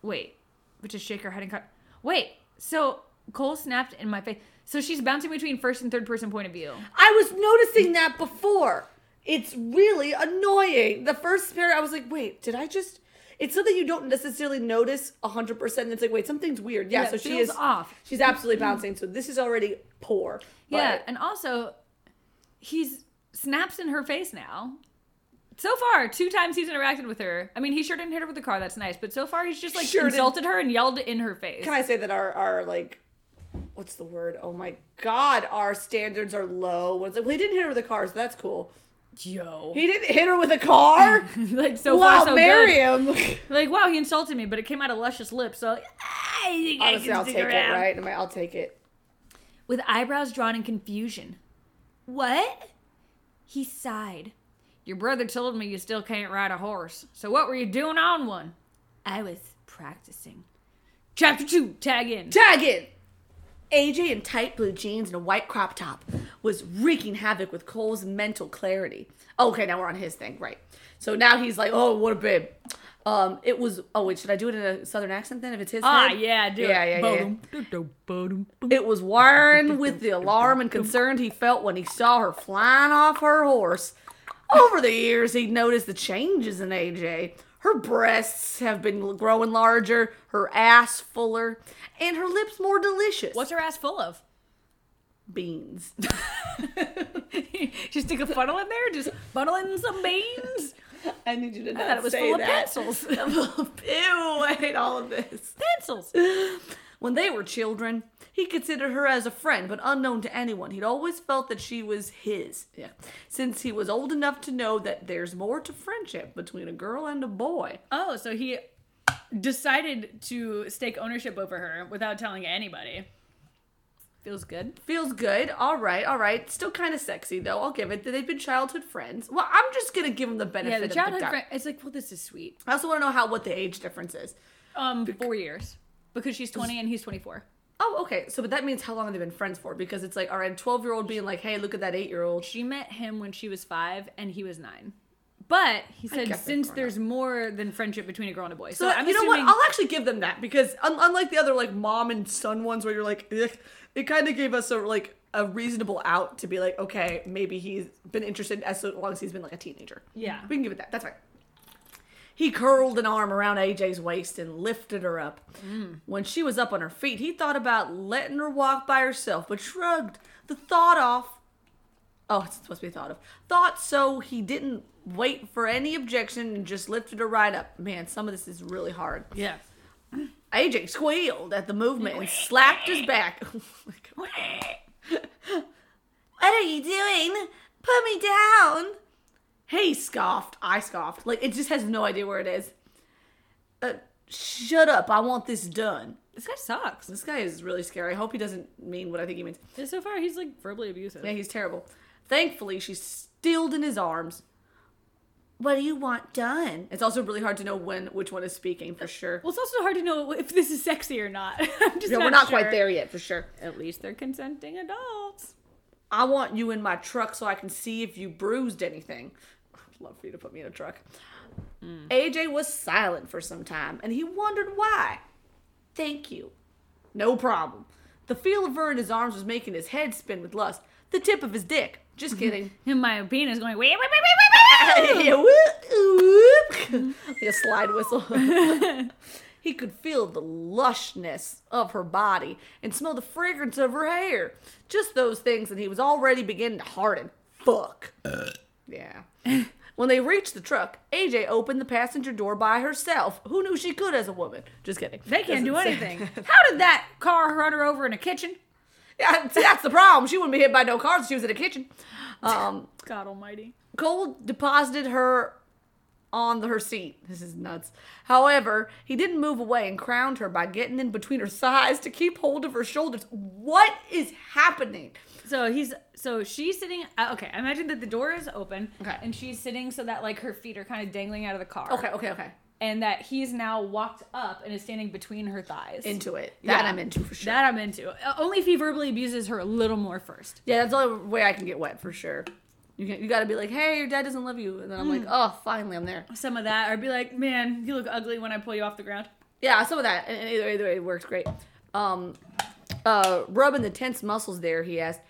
[SPEAKER 1] wait, but to shake her head and cut. Wait, so Cole snapped in my face. So she's bouncing between first and third person point of view.
[SPEAKER 2] I was noticing that before. It's really annoying. The first pair, I was like, wait, did I just. It's something you don't necessarily notice 100%. And it's like, wait, something's weird. Yeah,
[SPEAKER 1] Yeah,
[SPEAKER 2] so
[SPEAKER 1] it
[SPEAKER 2] she
[SPEAKER 1] feels
[SPEAKER 2] is.
[SPEAKER 1] off.
[SPEAKER 2] She's absolutely bouncing. So this is already poor. but-
[SPEAKER 1] Yeah, and also he's snaps in her face now. So far, two times he's interacted with her. I mean, he sure didn't hit her with a car. That's nice, but so far he's just like
[SPEAKER 2] Sure didn't.
[SPEAKER 1] insulted her and yelled in her face.
[SPEAKER 2] Can I say that our our like what's the word? Oh my god, our standards are low. What's like, well, he didn't hit her with a car, so that's cool.
[SPEAKER 1] Yo,
[SPEAKER 2] He didn't hit her with a car.
[SPEAKER 1] like so
[SPEAKER 2] wow,
[SPEAKER 1] far so
[SPEAKER 2] marry
[SPEAKER 1] good.
[SPEAKER 2] him.
[SPEAKER 1] Like wow, he insulted me, but it came out of luscious lips. So I think I
[SPEAKER 2] Honestly,
[SPEAKER 1] can
[SPEAKER 2] I'll
[SPEAKER 1] stick
[SPEAKER 2] take it.
[SPEAKER 1] around.
[SPEAKER 2] Right? I'm like, I'll take it.
[SPEAKER 1] with eyebrows drawn in confusion. What? He sighed. Your brother told me you still can't ride a horse, so what were you doing on one? I was practicing. Chapter 2, tag in.
[SPEAKER 2] Tag it. AJ in tight blue jeans and a white crop top was wreaking havoc with Cole's mental clarity. Okay, now we're on his thing, right? So now he's like, "Oh, what a babe." Um, it was. Oh wait, should I do it in a southern accent then? If it's his.
[SPEAKER 1] Ah,
[SPEAKER 2] head?
[SPEAKER 1] yeah, do
[SPEAKER 2] yeah,
[SPEAKER 1] it.
[SPEAKER 2] yeah, yeah, yeah.
[SPEAKER 1] yeah.
[SPEAKER 2] It was worn with the alarm and concern he felt when he saw her flying off her horse. Over the years, he'd noticed the changes in AJ. Her breasts have been growing larger, her ass fuller, and her lips more delicious.
[SPEAKER 1] What's her ass full of?
[SPEAKER 2] beans?
[SPEAKER 1] just stick a funnel in there, just funneling some beans.
[SPEAKER 2] I need you to
[SPEAKER 1] I thought
[SPEAKER 2] not
[SPEAKER 1] it was
[SPEAKER 2] say
[SPEAKER 1] full of
[SPEAKER 2] that.
[SPEAKER 1] pencils.
[SPEAKER 2] Ew, I hate all of this.
[SPEAKER 1] pencils.
[SPEAKER 2] When they were children, he considered her as a friend, but unknown to anyone. He'd always felt that she was his. Yeah. Since he was old enough to know that there's more to friendship between a girl and a boy.
[SPEAKER 1] Oh, so he decided to stake ownership over her without telling anybody. Feels good.
[SPEAKER 2] Feels good. All right, all right. Still kind of sexy though. I'll give it. that They've been childhood friends. Well, I'm just gonna give him the benefit
[SPEAKER 1] Yeah, the
[SPEAKER 2] of
[SPEAKER 1] childhood
[SPEAKER 2] the doubt.
[SPEAKER 1] friend. It's like, well, this is sweet.
[SPEAKER 2] I also want to know how what the age difference is.
[SPEAKER 1] Um, four years because she's twenty and he's twenty-four.
[SPEAKER 2] Oh, okay. So, but that means how long have they been friends for? Because it's like, all right, twelve year old being like, hey, look at that eight year old.
[SPEAKER 1] She met him when she was five and he was nine. But he said
[SPEAKER 2] guess
[SPEAKER 1] since
[SPEAKER 2] they're grown
[SPEAKER 1] there's more than friendship between a girl and a boy,
[SPEAKER 2] So
[SPEAKER 1] so, I'm
[SPEAKER 2] you know
[SPEAKER 1] assuming.
[SPEAKER 2] what? I'll actually give them that because un- unlike the other like mom and son ones where you're like, "Ugh," it kind of gave us a like a reasonable out to be like, okay, maybe he's been interested as so long as he's been like a teenager.
[SPEAKER 1] Yeah.
[SPEAKER 2] we can give it that. That's fine. He curled an arm around AJ's waist and lifted her up. When she was up on her feet, he thought about letting her walk by herself, but shrugged the thought off Oh, it's supposed to be thought of. Thought so he didn't wait for any objection and just lifted her right up. Man, some of this is really hard.
[SPEAKER 1] yeah.
[SPEAKER 2] AJ squealed at the movement and slapped his back. Oh my God. what are you doing? Put me down. He scoffed. I scoffed. Like, it just has no idea where it is. Uh, shut up. I want this done.
[SPEAKER 1] This guy sucks.
[SPEAKER 2] This guy is really scary. I hope he doesn't mean what I think he means.
[SPEAKER 1] So far, he's like verbally abusive.
[SPEAKER 2] Yeah, he's terrible. Thankfully, she's stilled in his arms. What do you want done? It's also really hard to know when which one is speaking for sure.
[SPEAKER 1] Well, it's also hard to know if this is sexy or not. I'm just
[SPEAKER 2] Yeah, we're not
[SPEAKER 1] sure.
[SPEAKER 2] quite there yet for sure.
[SPEAKER 1] At least they're consenting adults.
[SPEAKER 2] I want you in my truck so I can see if you bruised anything. I'd love for you to put me in a truck. AJ was silent for some time and he wondered why. Thank you. No problem. The feel of her in his arms was making his head spin with lust. The tip of his dick. Just kidding.
[SPEAKER 1] And my penis going, wait, wait, wait, wait, wait, wait, wait.
[SPEAKER 2] Yeah, whoop, whoop. like a slide whistle. he could feel the lushness of her body and smell the fragrance of her hair. Just those things, and he was already beginning to harden. Fuck. yeah. When they reached the truck, AJ opened the passenger door by herself. Who knew she could as a woman? Just kidding.
[SPEAKER 1] They can't do
[SPEAKER 2] Doesn't say-
[SPEAKER 1] anything. How did that car run her over in a kitchen?
[SPEAKER 2] Yeah, see, that's the problem. She wouldn't be hit by no cars if she was in a kitchen. Um,
[SPEAKER 1] God almighty.
[SPEAKER 2] Cole deposited her on her seat. This is nuts. However, he didn't move away and crowned her by getting in between her thighs to keep hold of her shoulders. What is happening?
[SPEAKER 1] So he's so she's sitting. uh, Okay, I imagine that the door is open,
[SPEAKER 2] Okay.
[SPEAKER 1] and she's sitting so that like her feet are kind of dangling out of the car.
[SPEAKER 2] Okay, okay, okay.
[SPEAKER 1] and that he's now walked up and is standing between her thighs.
[SPEAKER 2] Into it. That
[SPEAKER 1] Yeah.
[SPEAKER 2] I'm into for sure.
[SPEAKER 1] That I'm into. Uh, Only if he verbally abuses her a little more first.
[SPEAKER 2] yeah, that's the only way I can get wet for sure. You can, you gotta be like, hey, your dad doesn't love you, and then I'm like, oh, finally, I'm there.
[SPEAKER 1] Some of that, or be like, man, you look ugly when I pull you off the ground.
[SPEAKER 2] Yeah, some of that. And and either either way, it works great. Um, uh, rubbing the tense muscles there, he asked,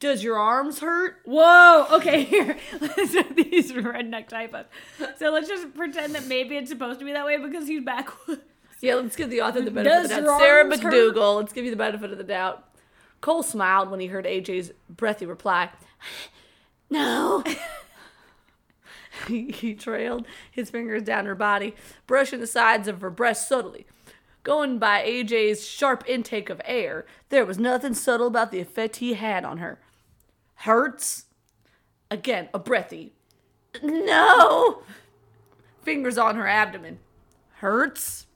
[SPEAKER 2] does your arms hurt?
[SPEAKER 1] Whoa, okay, here. so these redneck type of. So let's just pretend that maybe it's supposed to be that way because he's backwards.
[SPEAKER 2] Yeah, let's give the author the benefit
[SPEAKER 1] Does
[SPEAKER 2] of the
[SPEAKER 1] your
[SPEAKER 2] doubt. Sarah
[SPEAKER 1] arms hurt?
[SPEAKER 2] McDougal. Let's give you the benefit of the doubt. Cole smiled when he heard AJ's breathy reply. No. he, he trailed his fingers down her body, brushing the sides of her breast subtly. Going by AJ's sharp intake of air, there was nothing subtle about the effect he had on her. Hurts? Again, a breathy. No! Fingers on her abdomen. Hurts?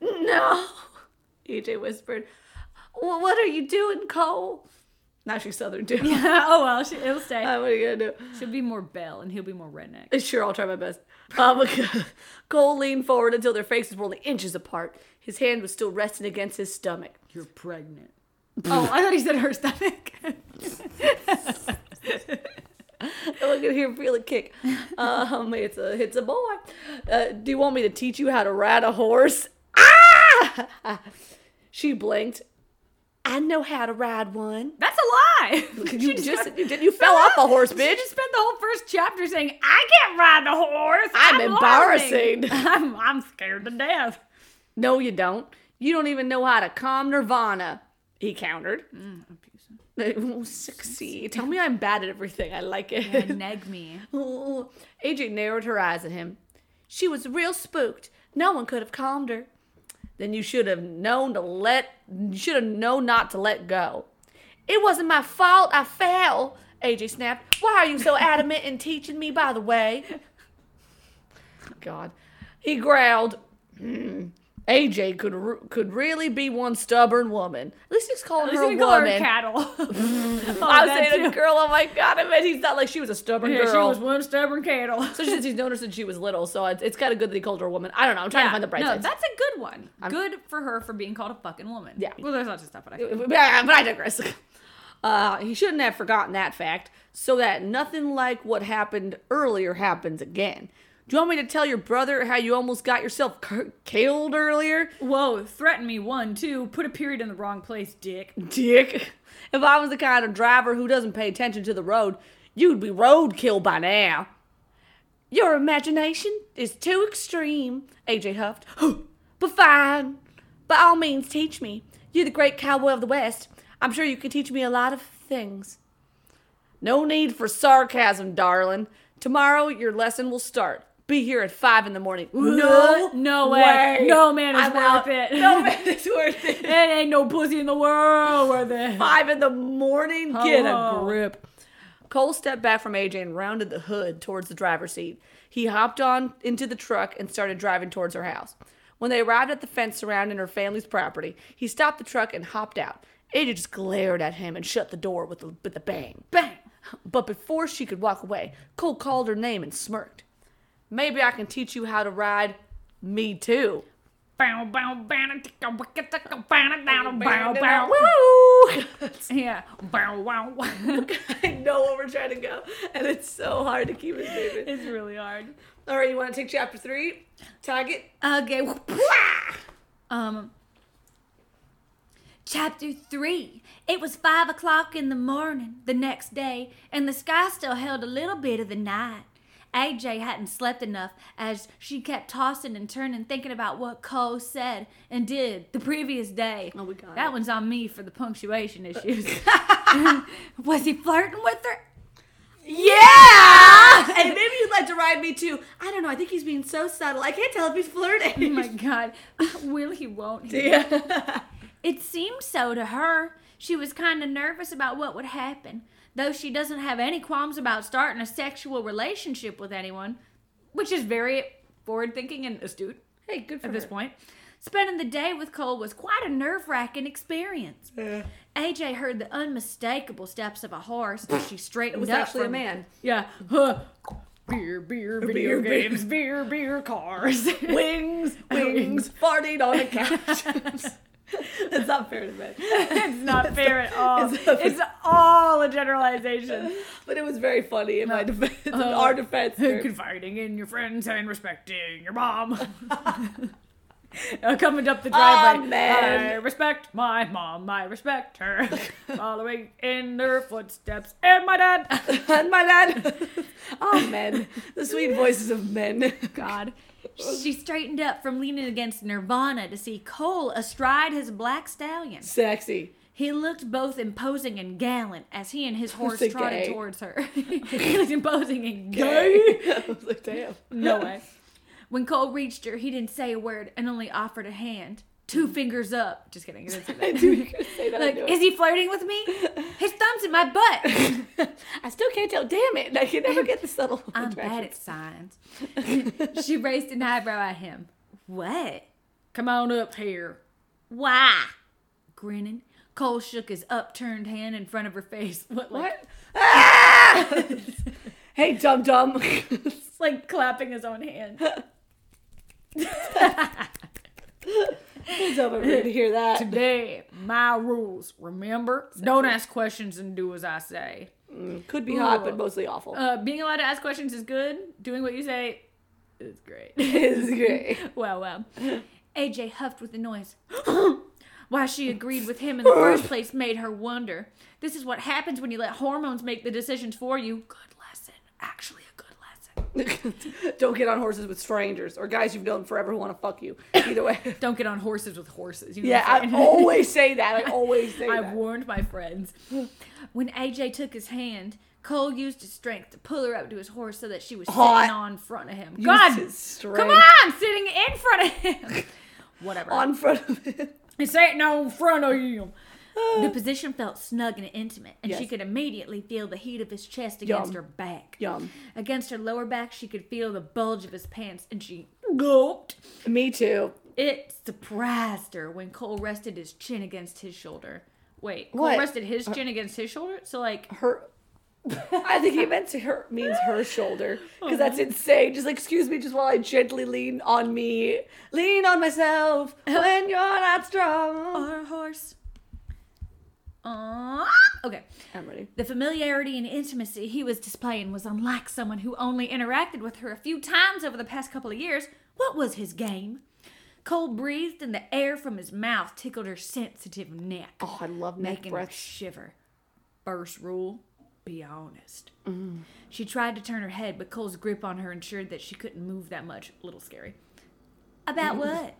[SPEAKER 2] No! AJ whispered. "Wh- What are you doing, Cole? Now she's southern too.
[SPEAKER 1] oh well, she, it'll stay.
[SPEAKER 2] Uh, what are you gonna do?
[SPEAKER 1] She'll be more Belle and he'll be more redneck.
[SPEAKER 2] Sure, I'll try my best. Um, Cole leaned forward until their faces were only inches apart. His hand was still resting against his stomach.
[SPEAKER 1] You're pregnant. oh, I thought he said her stomach.
[SPEAKER 2] I look at him feel a kick. Um, it's a it's a boy. Uh, do you want me to teach you how to ride a horse? Ah! She blinked. I know how to ride one.
[SPEAKER 1] That's a lie.
[SPEAKER 2] You just, you, did, you fell off a horse,
[SPEAKER 1] She
[SPEAKER 2] bitch.
[SPEAKER 1] just spent the whole first chapter saying, "I can't ride a horse.
[SPEAKER 2] I'm
[SPEAKER 1] learning.
[SPEAKER 2] embarrassing."
[SPEAKER 1] I'm, I'm scared to death."
[SPEAKER 2] Mm, No, you don't. You don't even know how to calm Nirvana. He countered. Ooh, sexy. Tell me I'm bad at everything. I like it.
[SPEAKER 3] Yeah, neg me.
[SPEAKER 2] Ooh. AJ narrowed her eyes at him. She was real spooked. No one could have calmed her. Then you should have known to let you should have known not to let go. It wasn't my fault. I fell. AJ snapped. Why are you so adamant in teaching me by the way? God. He growled. "Hmm, AJ could re- could really be one stubborn woman. At least he's calling
[SPEAKER 3] At least
[SPEAKER 2] her
[SPEAKER 3] you
[SPEAKER 2] a
[SPEAKER 3] can call her
[SPEAKER 2] woman.
[SPEAKER 3] cattle. oh,
[SPEAKER 2] I was
[SPEAKER 3] that
[SPEAKER 2] saying a
[SPEAKER 3] too.
[SPEAKER 2] girl. Oh my god! I mean, he's not like she was a stubborn
[SPEAKER 3] Yeah,
[SPEAKER 2] girl.
[SPEAKER 3] she was one stubborn cattle.
[SPEAKER 2] So since he's known her since she was little, so it's, it's kind of good that he called her a woman. I don't know. I'm trying to find the bright
[SPEAKER 3] no,
[SPEAKER 2] side.
[SPEAKER 3] that's a good one. good for her for being called a fucking woman.
[SPEAKER 2] Yeah.
[SPEAKER 3] Well, there's lots of stuff, but I think.
[SPEAKER 2] but I digress. Uh, he shouldn't have forgotten that fact, so that nothing like what happened earlier happens again. Do you want me to tell your brother how you almost got yourself k- killed earlier,
[SPEAKER 3] Whoa, threaten me one, two, put a period in the wrong place, dick.
[SPEAKER 2] Dick? If I was the kind of driver who doesn't pay attention to the road, you'd be road killed by now. Your imagination is too extreme, AJ huffed. but fine. By all means, teach me. You're the great cowboy of the West. I'm sure you can teach me a lot of things. No need for sarcasm, darling. Tomorrow your lesson will start. Be here at five in the morning. No,
[SPEAKER 3] no way. No man is
[SPEAKER 2] I'm
[SPEAKER 3] worth
[SPEAKER 2] out.
[SPEAKER 3] it.
[SPEAKER 2] No man is worth it.
[SPEAKER 3] It ain't no pussy in the world worth it.
[SPEAKER 2] Five in the morning. Get a
[SPEAKER 3] Hello.
[SPEAKER 2] grip. Cole stepped back from AJ and rounded the hood towards the driver's seat. He hopped on into the truck and started driving towards her house. When they arrived at the fence surrounding her family's property, he stopped the truck and hopped out. AJ just glared at him and shut the door with a, with a bang.
[SPEAKER 3] Bang.
[SPEAKER 2] But before she could walk away, Cole called her name and smirked. Maybe I can teach you how to ride me too.
[SPEAKER 3] Bow, bow, bow, ticka, wicka, ticka, bow, bow, bow, bow.
[SPEAKER 2] Woo!
[SPEAKER 3] Yeah. Bow, wow, wow.
[SPEAKER 2] I know where we're trying to go, and it's so hard to keep it moving.
[SPEAKER 3] It's really hard.
[SPEAKER 2] All right, you want to take chapter three? Target.
[SPEAKER 3] Okay. Um. Chapter 3. It was 5 o'clock in the morning the next day, and the sky still held a little bit of the night. AJ hadn't slept enough as she kept tossing and turning, thinking about what Cole said and did the previous day.
[SPEAKER 2] Oh, we got
[SPEAKER 3] That
[SPEAKER 2] it.
[SPEAKER 3] one's on me for the punctuation issues. was he flirting with her?
[SPEAKER 2] Yeah. And maybe you'd like to ride me too. I don't know. I think he's being so subtle. I can't tell if he's
[SPEAKER 3] Oh
[SPEAKER 2] flirting.
[SPEAKER 3] my god. Will he, won't he?
[SPEAKER 2] Yeah.
[SPEAKER 3] It seemed so to her. She was kind of nervous about what would happen, though she doesn't have any qualms about starting a sexual relationship with anyone, which is very forward thinking and astute
[SPEAKER 2] hey, good for
[SPEAKER 3] at this
[SPEAKER 2] her.
[SPEAKER 3] point. Spending the day with Cole was quite a nerve wracking experience. AJ heard the unmistakable steps of a horse as she straightened
[SPEAKER 2] It was
[SPEAKER 3] up.
[SPEAKER 2] actually a
[SPEAKER 3] from-
[SPEAKER 2] man.
[SPEAKER 3] Yeah. Huh. Beer, beer, video
[SPEAKER 2] Beer, beer.
[SPEAKER 3] games, beer, beer, cars.
[SPEAKER 2] Wings, wings, farting on a couch. That's not fair to bed.
[SPEAKER 3] it's not fair at all.
[SPEAKER 2] it's not fair.
[SPEAKER 3] It's all a generalization.
[SPEAKER 2] But it was very funny in my defense, in
[SPEAKER 3] Oh.
[SPEAKER 2] our defense.
[SPEAKER 3] confiding in your friends and respecting your mom. Uh, coming up the
[SPEAKER 2] Ah,
[SPEAKER 3] driveway,
[SPEAKER 2] man.
[SPEAKER 3] I respect my mom. I respect her. Following in their footsteps, and my dad.
[SPEAKER 2] and my lad. oh, men. The sweet voices of men.
[SPEAKER 3] God, she straightened up from leaning against Nirvana to see Cole astride his black stallion.
[SPEAKER 2] Sexy.
[SPEAKER 3] He looked both imposing and gallant as he and his horse
[SPEAKER 2] Say
[SPEAKER 3] trotted
[SPEAKER 2] gay.
[SPEAKER 3] towards her. he looked imposing and gay.
[SPEAKER 2] I was like, damn.
[SPEAKER 3] No way. When Cole reached her, he didn't say a word and only offered a hand. Two fingers up. Just kidding. I didn't say
[SPEAKER 2] I
[SPEAKER 3] that.
[SPEAKER 2] knew you were gonna say that. Mm. I
[SPEAKER 3] Like,
[SPEAKER 2] knew it.
[SPEAKER 3] is he flirting with me? His thumb's in my butt.
[SPEAKER 2] I still can't tell. Damn it! I can never get the subtle.
[SPEAKER 3] I'm bad at signs. she raised an eyebrow at him. What? Come on up here. Why? Grinning, Cole shook his upturned hand in front of her face. What? Like,
[SPEAKER 2] What? Ah! hey, dum dum.
[SPEAKER 3] It's like clapping his own hand.
[SPEAKER 2] It's over for you to hear that.
[SPEAKER 3] Today, my rules. Remember, don't ask questions and do as I say.
[SPEAKER 2] Could be hot,
[SPEAKER 3] Ooh.
[SPEAKER 2] but mostly awful.
[SPEAKER 3] Uh, being allowed to ask questions is good. Doing what you say is great.
[SPEAKER 2] it's great.
[SPEAKER 3] wow, wow. AJ huffed with the noise. Why she agreed with him in the first place made her wonder. This is what happens when you let hormones make the decisions for you. Good lesson. Actually, a good lesson.
[SPEAKER 2] Don't get on horses with strangers or guys you've known forever who want to fuck you. Either way.
[SPEAKER 3] Don't get on horses with horses. You know
[SPEAKER 2] Yeah,
[SPEAKER 3] what I'm
[SPEAKER 2] I
[SPEAKER 3] saying?
[SPEAKER 2] always say that. I always say
[SPEAKER 3] I've
[SPEAKER 2] that.
[SPEAKER 3] warned my friends. When AJ took his hand, Cole used his strength to pull her up to his horse so that she was
[SPEAKER 2] Hot.
[SPEAKER 3] sitting on front of him.
[SPEAKER 2] Used
[SPEAKER 3] God,
[SPEAKER 2] his
[SPEAKER 3] come
[SPEAKER 2] strength.
[SPEAKER 3] on, sitting in front of him. Whatever.
[SPEAKER 2] on front of it.
[SPEAKER 3] It's ain't no front of you. The position felt snug and intimate, and she
[SPEAKER 2] Yes.
[SPEAKER 3] could immediately feel the heat of his chest
[SPEAKER 2] Yum.
[SPEAKER 3] against her back.
[SPEAKER 2] Yum.
[SPEAKER 3] Against her lower back, she could feel the bulge of his pants, and she gulped.
[SPEAKER 2] Me too.
[SPEAKER 3] It surprised her when Cole rested his chin against his shoulder. Wait, Cole
[SPEAKER 2] What? uh.
[SPEAKER 3] rested his chin against his shoulder? So, like,
[SPEAKER 2] Her. I think he meant to her means her shoulder because that's insane. Just like, excuse me, just while I gently lean on me, lean on myself when you're not strong.
[SPEAKER 3] our horse. Aww. Okay.
[SPEAKER 2] I'm ready.
[SPEAKER 3] The familiarity and intimacy he was displaying was unlike someone who only interacted with her a few times over the past couple of years. What was his game? Cole breathed, and the air from his mouth tickled her sensitive neck,
[SPEAKER 2] Oh, I love neck
[SPEAKER 3] making her
[SPEAKER 2] breath.
[SPEAKER 3] shiver. First rule be honest. She tried to turn her head, but Cole's grip on her ensured that she couldn't move that much. A little scary. About what?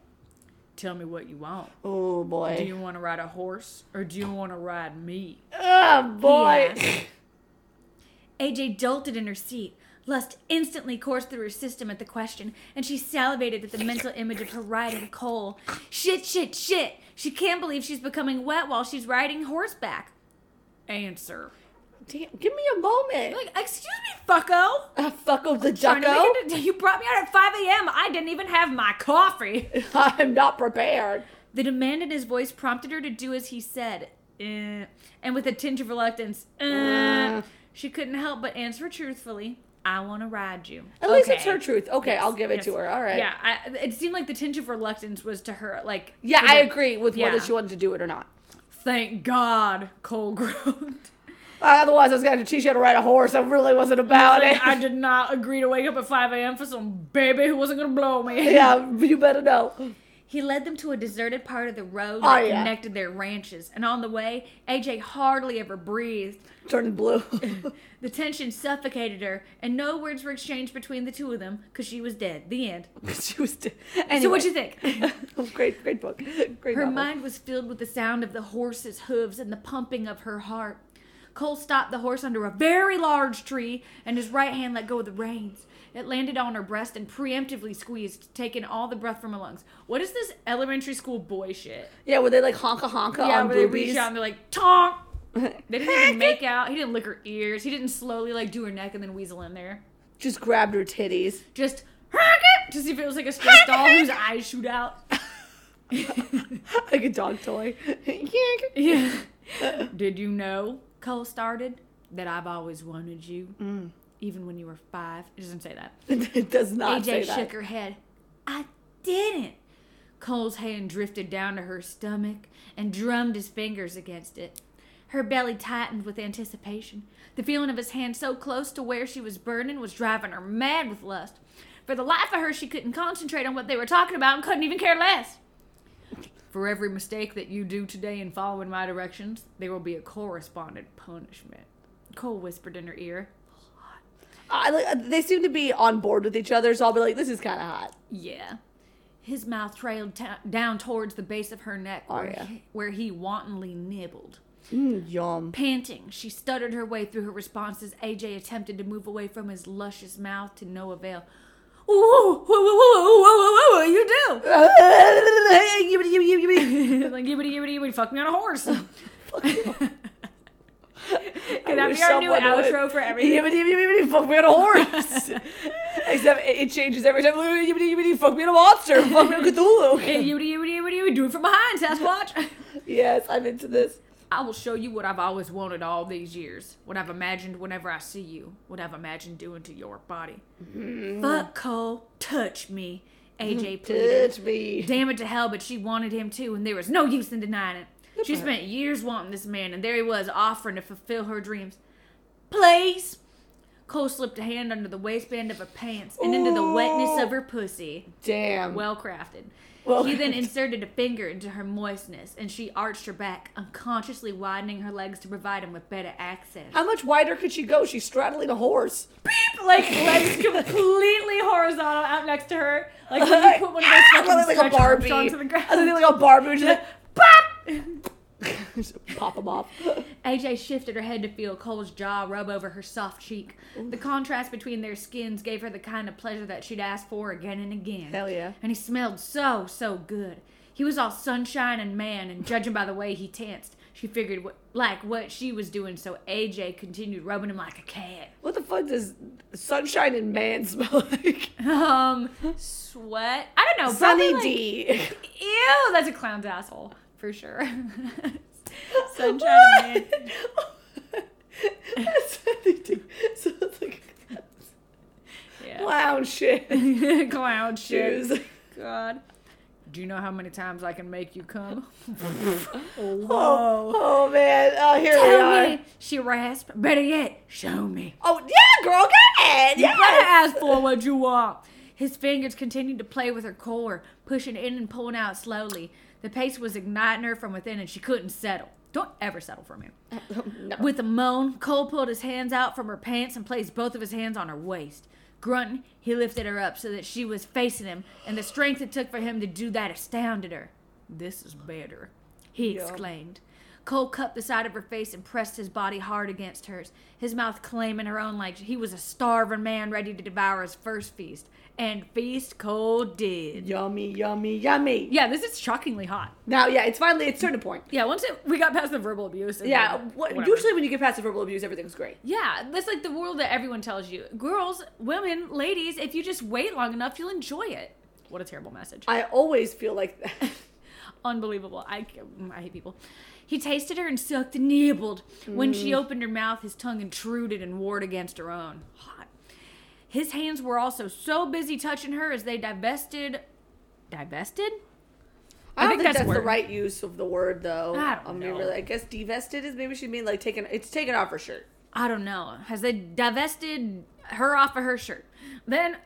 [SPEAKER 3] Tell me what you want.
[SPEAKER 2] Oh boy.
[SPEAKER 3] Do you want to ride a horse or do you want to ride me?
[SPEAKER 2] oh boy.
[SPEAKER 3] Yeah. AJ jolted in her seat. Lust instantly coursed through her system at the question, and she salivated at the mental image of her riding Cole. Shit, shit, shit! She can't believe she's becoming wet while she's riding horseback. Answer.
[SPEAKER 2] Damn, give me a moment.
[SPEAKER 3] Like, excuse me, fucko!
[SPEAKER 2] Ah, fuck off the
[SPEAKER 3] Trying to
[SPEAKER 2] ducko.
[SPEAKER 3] make it- You brought me out at 5 a.m. I didn't even have my coffee.
[SPEAKER 2] I'm not prepared.
[SPEAKER 3] The demand in his voice prompted her to do as he said, eh, and with a tinge of reluctance, eh,
[SPEAKER 2] Uh.
[SPEAKER 3] she couldn't help but answer truthfully. I want to ride you.
[SPEAKER 2] At least it's
[SPEAKER 3] Okay.
[SPEAKER 2] her truth. Okay, I'll give it
[SPEAKER 3] Yes.
[SPEAKER 2] to her. All right.
[SPEAKER 3] Yeah, I, it seemed like the tinge of reluctance was to her like.
[SPEAKER 2] Yeah,
[SPEAKER 3] to
[SPEAKER 2] I
[SPEAKER 3] the-
[SPEAKER 2] agree with
[SPEAKER 3] Yeah.
[SPEAKER 2] whether she wanted to do it or not.
[SPEAKER 3] Thank God, Cole groaned.
[SPEAKER 2] Otherwise, I was going to teach you how to ride a horse. I really wasn't about it.
[SPEAKER 3] I did not agree to wake up at 5 a.m. for some baby who wasn't gonna blow me.
[SPEAKER 2] yeah, you better know.
[SPEAKER 3] He led them to a deserted part of the road
[SPEAKER 2] Oh,
[SPEAKER 3] that
[SPEAKER 2] yeah.
[SPEAKER 3] connected their ranches, and on the way, AJ hardly ever breathed.
[SPEAKER 2] Turning blue.
[SPEAKER 3] The tension suffocated her, and no words were exchanged between the two of them because she was dead. The end.
[SPEAKER 2] she was. T-
[SPEAKER 3] So, what'd you think?
[SPEAKER 2] think? great, great book. Great
[SPEAKER 3] Her
[SPEAKER 2] novel.
[SPEAKER 3] mind was filled with the sound of the horse's hooves and the pumping of her heart. Cole stopped the horse under a very large tree, and his right hand let go of the reins. It landed on her breast and preemptively squeezed, taking all the breath from her lungs. What is this elementary school boy shit?
[SPEAKER 2] Yeah, were they like honka honka
[SPEAKER 3] yeah,
[SPEAKER 2] on
[SPEAKER 3] where they reach
[SPEAKER 2] boobies?
[SPEAKER 3] out and they're like, "Tonk." They didn't even make out. He didn't lick her ears. He didn't slowly like do her neck and then weasel in there.
[SPEAKER 2] Just grabbed her titties.
[SPEAKER 3] Just to see if it was like a stressed doll whose eyes shoot out.
[SPEAKER 2] like a dog toy.
[SPEAKER 3] Yeah. Did you know, Cole started, that I've always wanted you, even when you were five? It doesn't say that.
[SPEAKER 2] it does not say
[SPEAKER 3] AJ
[SPEAKER 2] that.
[SPEAKER 3] shook her head. I didn't. Cole's hand drifted down to her stomach and drummed his fingers against it. Her belly tightened with anticipation. The feeling of his hand so close to where she was burning was driving her mad with lust. For the life of her, she couldn't concentrate on what they were talking about and couldn't even care less. For every mistake that you do today in following my directions, there will be a correspondent punishment. Cole whispered in her ear.
[SPEAKER 2] I, like, uh, they seem to be on board with each other, so I'll be like, this is kind of hot.
[SPEAKER 3] Yeah. His mouth trailed ta down towards the base of her neck
[SPEAKER 2] Oh,
[SPEAKER 3] where,
[SPEAKER 2] yeah.
[SPEAKER 3] he, where he wantonly nibbled.
[SPEAKER 2] Mm, yum.
[SPEAKER 3] Panting, she stuttered her way through her responses. AJ attempted to move away from his luscious mouth to no avail. Ooh, whoa, whoa, whoa, whoa, whoa, whoa, whoa, you do! like, yibbity, yibbity, yibbity, fuck me on a horse. Can that be our new outro for everything?
[SPEAKER 2] Yibbity, yibbity, yibbity, fuck me on a horse. Except it, it changes every time. Yibbity, yibbity, fuck me on a monster. Fuck me on Cthulhu.
[SPEAKER 3] Hey, yibbity, yibbity, yibbity, yibbity, do it from behind, Sasquatch!
[SPEAKER 2] yes, I'm into this.
[SPEAKER 3] I will show you what I've always wanted all these years. What I've imagined whenever I see you. What I've imagined doing to your body. Fuck Cole. Touch me. AJ pleaded.
[SPEAKER 2] Touch me.
[SPEAKER 3] Damn it to hell, but she wanted him too, and there was no use in denying it. She spent years wanting this man, and there he was offering to fulfill her dreams. Please! Cole slipped a hand under the waistband of her pants and into the wetness of her pussy.
[SPEAKER 2] Damn.
[SPEAKER 3] Well crafted.
[SPEAKER 2] Well-
[SPEAKER 3] he then inserted a finger into her moistness, and she arched her back, unconsciously widening her legs to provide him with better access.
[SPEAKER 2] How much wider could she go? She's straddling a horse.
[SPEAKER 3] like legs completely horizontal out next to her. Like when you put one of those
[SPEAKER 2] Ah,
[SPEAKER 3] fucking
[SPEAKER 2] like a
[SPEAKER 3] stretch arms
[SPEAKER 2] Barbie.
[SPEAKER 3] onto the
[SPEAKER 2] I
[SPEAKER 3] ground.
[SPEAKER 2] think like a Barbie, and she's like, pop! Just pop them off.
[SPEAKER 3] AJ shifted her head to feel Cole's jaw rub over her soft cheek. The contrast between their skins gave her the kind of pleasure that she'd asked for again and again.
[SPEAKER 2] Hell yeah.
[SPEAKER 3] And he smelled so, so good. He was all sunshine and man, and judging by the way he tensed, she figured what, like what she was doing, so AJ continued rubbing him like a cat.
[SPEAKER 2] What the fuck does sunshine and man smell like?
[SPEAKER 3] Um, sweat? I don't know.
[SPEAKER 2] Sunny
[SPEAKER 3] probably like-
[SPEAKER 2] D.
[SPEAKER 3] Ew, that's a clown's asshole for sure. Sunshine and man.
[SPEAKER 2] Sunny D. So it's like
[SPEAKER 3] Yeah.
[SPEAKER 2] clown shit.
[SPEAKER 3] Clown shit.
[SPEAKER 2] Shoes.
[SPEAKER 3] God. Do you know how many times I can make you come?
[SPEAKER 2] Oh, oh man. Oh, here we
[SPEAKER 3] Tell
[SPEAKER 2] are.
[SPEAKER 3] me, she rasped. Better yet, show me.
[SPEAKER 2] Oh, yeah, girl, go ahead.
[SPEAKER 3] You
[SPEAKER 2] Yeah.
[SPEAKER 3] better ask for what you want. His fingers continued to play with her core, pushing in and pulling out slowly. The pace was igniting her from within, and she couldn't settle. Don't ever settle for me. With a moan, Cole pulled his hands out from her pants and placed both of his hands on her waist. Grunting, he lifted her up so that she was facing him, and the strength it took for him to do that astounded her. This is better, he exclaimed. Cole cupped the side of her face and pressed his body hard against hers, his mouth claiming her own like he was a starving man ready to devour his first feast. And feast Cole did.
[SPEAKER 2] Yummy, yummy, yummy.
[SPEAKER 3] Yeah, this is shockingly hot.
[SPEAKER 2] Now, yeah, it's finally it's turned a point.
[SPEAKER 3] Yeah, once it, we got past the verbal abuse. and
[SPEAKER 2] Yeah,
[SPEAKER 3] then
[SPEAKER 2] what,
[SPEAKER 3] whatever.
[SPEAKER 2] usually when you get past the verbal abuse, everything's great.
[SPEAKER 3] Yeah, that's like the world that everyone tells you. Girls, women, ladies, if you just wait long enough, you'll enjoy it. What a terrible message.
[SPEAKER 2] I always feel like that.
[SPEAKER 3] Unbelievable. I, mm, I hate people. He tasted her and sucked and nibbled. When she
[SPEAKER 2] Mm.
[SPEAKER 3] opened her mouth, his tongue intruded and warred against her own. Hot. His hands were also so busy touching her as they divested. Divested?
[SPEAKER 2] I
[SPEAKER 3] think
[SPEAKER 2] don't think,
[SPEAKER 3] that's
[SPEAKER 2] that's,
[SPEAKER 3] the
[SPEAKER 2] the
[SPEAKER 3] word.
[SPEAKER 2] right use of the word, though.
[SPEAKER 3] I don't
[SPEAKER 2] I'm
[SPEAKER 3] know.
[SPEAKER 2] Really, I guess divested is maybe she mean like taken. It's taken off her shirt.
[SPEAKER 3] I don't know. Has they divested her off of her shirt? Then,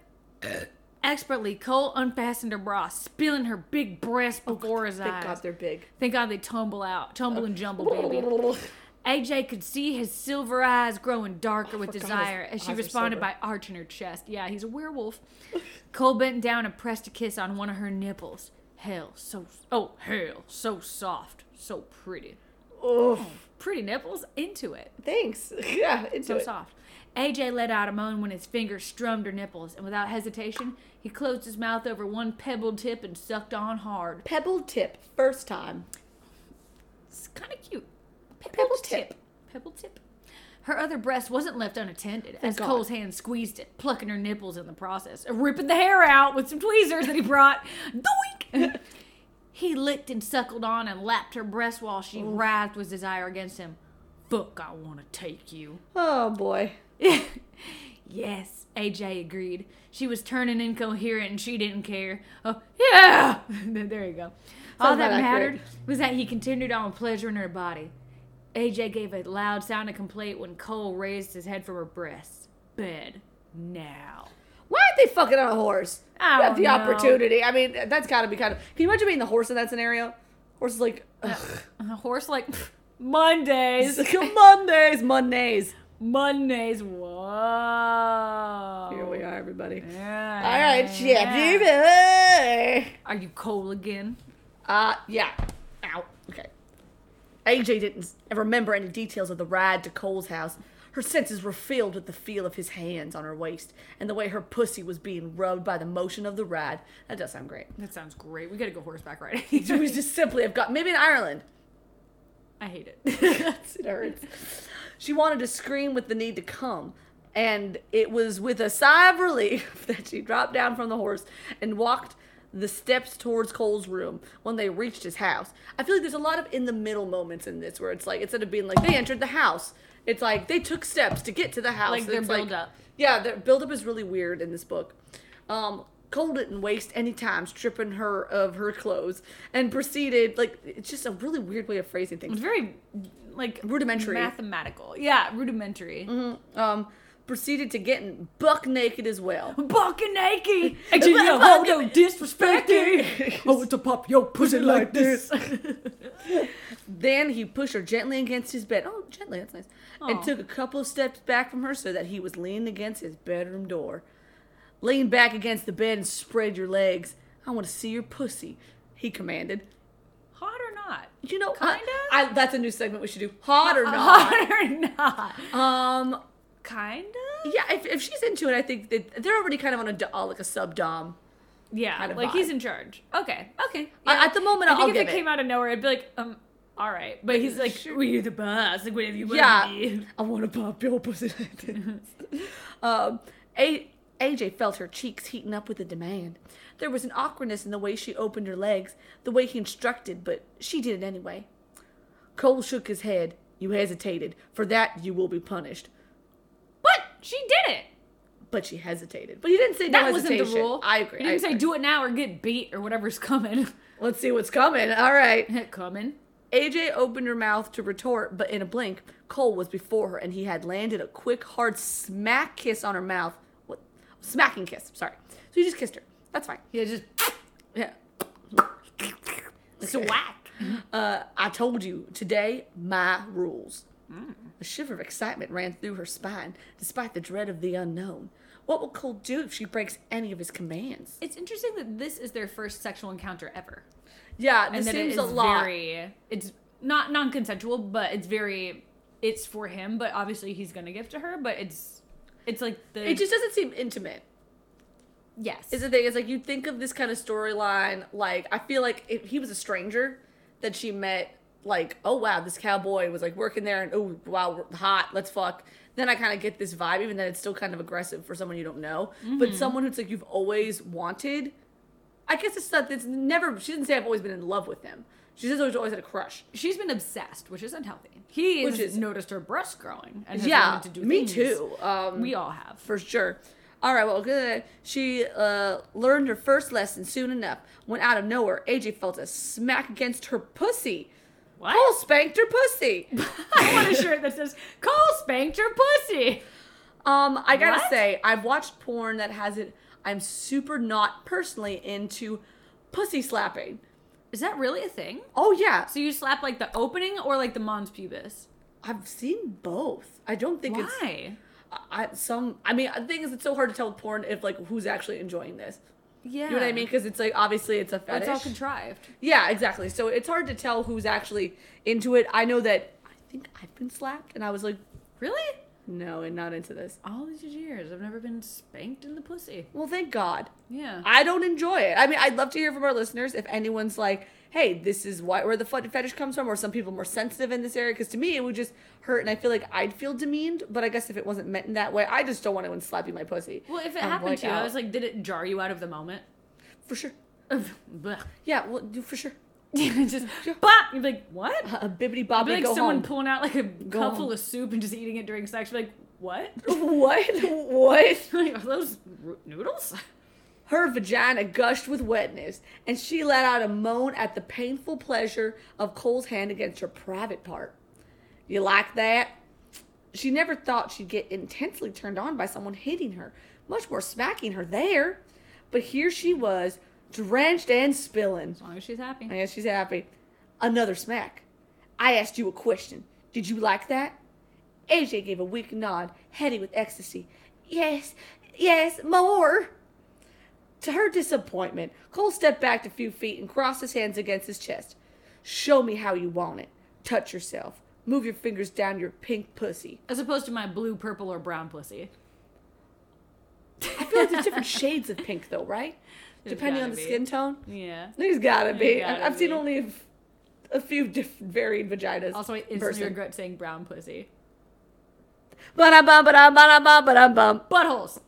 [SPEAKER 3] expertly, Cole unfastened her bra, spilling her big breasts before his
[SPEAKER 2] Thank
[SPEAKER 3] eyes.
[SPEAKER 2] God they're big.
[SPEAKER 3] Thank God they tumble out, tumble and jumble, baby. AJ could see his silver eyes growing darker with
[SPEAKER 2] forgot his
[SPEAKER 3] desire as she
[SPEAKER 2] eyes are
[SPEAKER 3] responded by
[SPEAKER 2] silver.
[SPEAKER 3] arching her chest. Yeah, he's a werewolf. Cole bent down and pressed a kiss on one of her nipples. Hell, so oh hell, so soft, so pretty,
[SPEAKER 2] Oh,
[SPEAKER 3] pretty nipples. Into it.
[SPEAKER 2] thanks. Yeah, it's
[SPEAKER 3] so soft. AJ let out a moan when his fingers strummed her nipples, and without hesitation, he closed his mouth over one pebble tip and sucked on hard.
[SPEAKER 2] Pebble tip, first time.
[SPEAKER 3] It's kind of cute.
[SPEAKER 2] Pebble tip.
[SPEAKER 3] Pebble tip. Her other breast wasn't left unattended as
[SPEAKER 2] God.
[SPEAKER 3] Cole's hand squeezed it, plucking her nipples in the process, and ripping the hair out with some tweezers that he brought. Doink! he licked and suckled on and lapped her breast while she writhed with desire against him. Fuck, I want to take you.
[SPEAKER 2] Oh boy.
[SPEAKER 3] yes, AJ agreed. She was turning incoherent and she didn't care. Oh, yeah! there you go. All
[SPEAKER 2] Sounds
[SPEAKER 3] that
[SPEAKER 2] about
[SPEAKER 3] mattered
[SPEAKER 2] accurate.
[SPEAKER 3] was that he continued on pleasuring her body. AJ gave a loud sound of complaint when Cole raised his head from her breast. Bed now.
[SPEAKER 2] Why aren't they fucking on a horse?
[SPEAKER 3] I
[SPEAKER 2] Got
[SPEAKER 3] don't
[SPEAKER 2] the
[SPEAKER 3] know.
[SPEAKER 2] opportunity. I mean, that's gotta be kind of. Can you imagine being the horse in that scenario? Horse is like,
[SPEAKER 3] Uh,
[SPEAKER 2] ugh.
[SPEAKER 3] And the horse, like, Mondays.
[SPEAKER 2] It's like, Mondays, Mondays.
[SPEAKER 3] Mondays. Whoa.
[SPEAKER 2] Here we are, everybody.
[SPEAKER 3] Oh. Yeah.
[SPEAKER 2] All right, yeah.
[SPEAKER 3] Are you Cole again?
[SPEAKER 2] Uh, yeah. Ow. Okay. AJ didn't s- remember any details of the ride to Cole's house. Her senses were filled with the feel of his hands on her waist and the way her pussy was being rubbed by the motion of the ride. That does sound great.
[SPEAKER 3] That sounds great. We gotta go horseback riding.
[SPEAKER 2] She was just simply have got maybe in Ireland.
[SPEAKER 3] I hate it.
[SPEAKER 2] it hurts. She wanted to scream with the need to come, and it was with a sigh of relief that she dropped down from the horse and walked the steps towards Cole's room when they reached his house. I feel like there's a lot of in the middle moments in this where it's like instead of being like they entered the house, it's like they took steps to get to the house.
[SPEAKER 3] Like their
[SPEAKER 2] It's
[SPEAKER 3] build-up.
[SPEAKER 2] Yeah, their buildup is really weird in this book. Um, Cole didn't waste any time stripping her of her clothes and proceeded like it's just a really weird way of phrasing things.
[SPEAKER 3] It's very like
[SPEAKER 2] Rudimentary. Mm-hmm.
[SPEAKER 3] mathematical. Yeah, rudimentary.
[SPEAKER 2] Um, proceeded to getting buck naked as well.
[SPEAKER 1] Bucking naked. And you know, hold no disrespecting. Oh, to pop your pussy like this.
[SPEAKER 2] Then he pushed her gently against his bed. Oh, gently, that's nice.
[SPEAKER 1] Aw.
[SPEAKER 2] And took a couple of steps back from her so that he was leaning against his bedroom door. Lean back against the bed and spread your legs. I want to see your pussy, he commanded.
[SPEAKER 1] Hot or not?
[SPEAKER 2] You know,
[SPEAKER 1] Kinda? Uh,
[SPEAKER 2] I, I, that's a new segment we should do. Hot or not?
[SPEAKER 1] Hot or not?
[SPEAKER 2] Um,
[SPEAKER 1] Kinda.
[SPEAKER 2] yeah. If, if she's into it, I think that they're already kind of on a do- uh, like a sub dom.
[SPEAKER 1] Yeah,
[SPEAKER 2] Kinda
[SPEAKER 1] like
[SPEAKER 2] vibe.
[SPEAKER 1] he's in charge. Okay, okay.
[SPEAKER 2] I-
[SPEAKER 1] Yeah.
[SPEAKER 2] at the moment,
[SPEAKER 1] I think
[SPEAKER 2] I'll
[SPEAKER 1] if
[SPEAKER 2] give
[SPEAKER 1] it
[SPEAKER 2] it.
[SPEAKER 1] came out of nowhere, I'd be like, um, all right. But he's like,
[SPEAKER 2] Sure.
[SPEAKER 1] well, you're the boss. Like, whatever you want to
[SPEAKER 2] Yeah,
[SPEAKER 1] be.
[SPEAKER 2] I want to pop your pussy. like this. um, a- AJ felt her cheeks heating up with the demand. There was an awkwardness in the way she opened her legs, the way he instructed, but she did it anyway. Cole shook his head. You hesitated. For that, you will be punished.
[SPEAKER 1] But she did it.
[SPEAKER 2] But she hesitated. But he didn't say no
[SPEAKER 1] That wasn't the
[SPEAKER 2] hesitation.
[SPEAKER 1] rule.
[SPEAKER 2] I agree.
[SPEAKER 1] You
[SPEAKER 2] I
[SPEAKER 1] didn't say
[SPEAKER 2] agree.
[SPEAKER 1] do it now or get beat or whatever's coming.
[SPEAKER 2] Let's see what's coming. All right.
[SPEAKER 1] coming.
[SPEAKER 2] AJ opened her mouth to retort, but in a blink, Cole was before her, and he had landed a quick, hard smack kiss on her mouth. What? Smacking kiss. Sorry. So he just kissed her. That's fine.
[SPEAKER 1] Yeah, just
[SPEAKER 2] Yeah.
[SPEAKER 1] swack.
[SPEAKER 2] Uh, I told you today my rules. A shiver of excitement ran through her spine, despite the dread of the unknown. What will Cole do if she breaks any of his commands?
[SPEAKER 1] It's interesting that this is their first sexual encounter ever,
[SPEAKER 2] Yeah, this
[SPEAKER 1] and that it
[SPEAKER 2] seems
[SPEAKER 1] is
[SPEAKER 2] a lot.
[SPEAKER 1] very. It's not non-consensual, but it's very. It's for him, but obviously he's gonna give to her. But it's, it's like the
[SPEAKER 2] It just doesn't seem intimate.
[SPEAKER 1] yes.
[SPEAKER 2] is the thing. It's like you think of this kind of storyline. Like I feel like if he was a stranger that she met, like oh wow, this cowboy was like working there, and oh wow, we're hot, let's fuck. Then I kind of get this vibe, even then it's still kind of aggressive for someone you don't know. But someone who's like you've always wanted. I guess it's not. It's never. She didn't say I've always been in love with him. She says I've always had a crush.
[SPEAKER 1] She's been obsessed, which is unhealthy. He
[SPEAKER 2] Which
[SPEAKER 1] has
[SPEAKER 2] is-
[SPEAKER 1] noticed her breasts growing and has
[SPEAKER 2] Yeah,
[SPEAKER 1] wanted to do
[SPEAKER 2] me
[SPEAKER 1] things.
[SPEAKER 2] too. Um,
[SPEAKER 1] We all have.
[SPEAKER 2] for sure. All right, well, good. She uh, learned her first lesson soon enough when, out of nowhere, AJ felt a smack against her pussy.
[SPEAKER 1] What?
[SPEAKER 2] Cole spanked her pussy.
[SPEAKER 1] I want a shirt that says "Cole spanked your pussy."
[SPEAKER 2] Um, I gotta
[SPEAKER 1] What?
[SPEAKER 2] say, I've watched porn that has it. I'm super not personally into pussy slapping.
[SPEAKER 1] Is that really a thing?
[SPEAKER 2] Oh yeah,
[SPEAKER 1] So you slap like the opening or like the mons pubis?
[SPEAKER 2] I've seen both. I don't think it's
[SPEAKER 1] Why?
[SPEAKER 2] I, I- some. I mean, the thing is, it's so hard to tell with porn if like who's actually enjoying this.
[SPEAKER 1] Yeah.
[SPEAKER 2] You know what I mean? Because it's like obviously it's a fetish.
[SPEAKER 1] It's all contrived.
[SPEAKER 2] Yeah, exactly. So it's hard to tell who's actually into it. I know that I think I've been slapped, and I was like,
[SPEAKER 1] Really?
[SPEAKER 2] no, and not into this.
[SPEAKER 1] All these years, I've never been spanked in the pussy.
[SPEAKER 2] Well, thank God.
[SPEAKER 1] Yeah.
[SPEAKER 2] I don't enjoy it. I mean, I'd love to hear from our listeners if anyone's like, hey, this is why where the fut- fetish comes from, or some people more sensitive in this area. Because to me, it would just hurt, and I feel like I'd feel demeaned. But I guess if it wasn't meant in that way, I just don't want anyone slapping my pussy.
[SPEAKER 1] well, if it
[SPEAKER 2] I'm
[SPEAKER 1] happened
[SPEAKER 2] Oh, like
[SPEAKER 1] to you, I
[SPEAKER 2] out.
[SPEAKER 1] was like, did it jar you out of the moment?
[SPEAKER 2] for sure.
[SPEAKER 1] Blech.
[SPEAKER 2] Yeah, well, do for sure.
[SPEAKER 1] just bop. You'd be like, what?
[SPEAKER 2] A bibbity
[SPEAKER 1] I'd be
[SPEAKER 2] bobbity
[SPEAKER 1] like
[SPEAKER 2] go
[SPEAKER 1] someone
[SPEAKER 2] home.
[SPEAKER 1] pulling out like a cup full
[SPEAKER 2] home.
[SPEAKER 1] of soup and just eating it during sex. You're like, what?
[SPEAKER 2] what? What?
[SPEAKER 1] like, are those ro- noodles?
[SPEAKER 2] Her vagina gushed with wetness, and she let out a moan at the painful pleasure of Cole's hand against her private part. You like that? She never thought she'd get intensely turned on by someone hitting her, much more smacking her there. But here she was, drenched and spilling.
[SPEAKER 1] As long as she's happy.
[SPEAKER 2] I guess she's happy. Another smack. I asked you a question. Did you like that? AJ gave a weak nod, heady with ecstasy. Yes, yes, more. To her disappointment, Cole stepped back a few feet and crossed his hands against his chest. Show me how you want it. Touch yourself. Move your fingers down your pink pussy.
[SPEAKER 1] As opposed to my blue, purple, or brown pussy.
[SPEAKER 2] I feel like there's different shades of pink, though, right?
[SPEAKER 1] There's
[SPEAKER 2] Depending on
[SPEAKER 1] gotta
[SPEAKER 2] the
[SPEAKER 1] be.
[SPEAKER 2] skin tone.
[SPEAKER 1] Yeah.
[SPEAKER 2] There's gotta be.
[SPEAKER 1] There's gotta
[SPEAKER 2] I've seen
[SPEAKER 1] be.
[SPEAKER 2] only a, f- a few different varied vaginas.
[SPEAKER 1] Also, I
[SPEAKER 2] in
[SPEAKER 1] instantly
[SPEAKER 2] person.
[SPEAKER 1] regret saying brown pussy.
[SPEAKER 2] Ba-dum, bum, ba-dum, ba-dum, bum, ba-dum, bum.
[SPEAKER 1] Buttholes.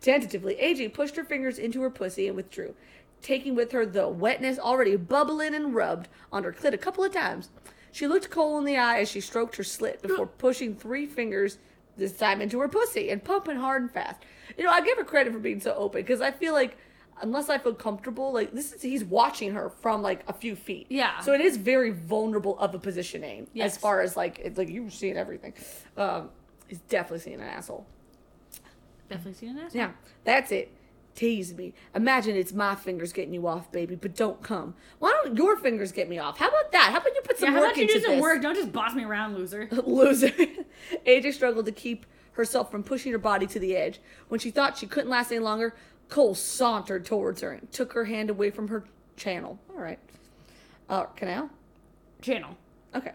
[SPEAKER 2] Tentatively, AJ pushed her fingers into her pussy and withdrew, taking with her the wetness already bubbling and rubbed on her clit a couple of times. She looked Cole in the eye as she stroked her slit before pushing three fingers this time into her pussy and pumping hard and fast. You know, I give her credit for being so open because I feel like unless I feel comfortable, like this is he's watching her from like a few feet.
[SPEAKER 1] Yeah.
[SPEAKER 2] So it is very vulnerable of a positioning
[SPEAKER 1] Yes.
[SPEAKER 2] as far as like it's like you've seen everything. Um, is definitely seeing an asshole.
[SPEAKER 1] Definitely seen an ass.
[SPEAKER 2] Now, that's it. Tease me. Imagine it's my fingers getting you off, baby, but don't come. Why don't your fingers get me off? How about that? How about you put some
[SPEAKER 1] Yeah, how
[SPEAKER 2] work
[SPEAKER 1] about you
[SPEAKER 2] into
[SPEAKER 1] do some
[SPEAKER 2] this?
[SPEAKER 1] work? Don't just boss me around, loser.
[SPEAKER 2] Loser. AJ struggled to keep herself from pushing her body to the edge. When she thought she couldn't last any longer, Cole sauntered towards her and took her hand away from her channel. All right. Uh, canal?
[SPEAKER 1] Channel.
[SPEAKER 2] Okay.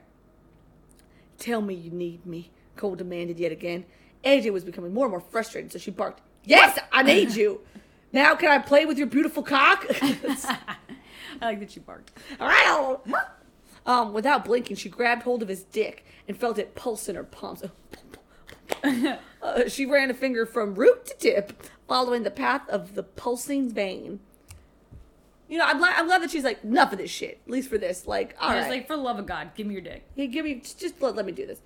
[SPEAKER 2] Tell me you need me, Cole demanded yet again. AJ was becoming more and more frustrated, so she barked, Yes, I need you! Now can I play with your beautiful cock?
[SPEAKER 1] I like that she barked.
[SPEAKER 2] um, without blinking, she grabbed hold of his dick and felt it pulse in her palms. Uh, she ran a finger from root to tip, following the path of the pulsing vein. You know, I'm, li- I'm glad that she's like, enough of this shit, at least for this. Like, all
[SPEAKER 1] I
[SPEAKER 2] right.
[SPEAKER 1] was like, for the love of God, give me your dick.
[SPEAKER 2] He give me just, just let, let me do this.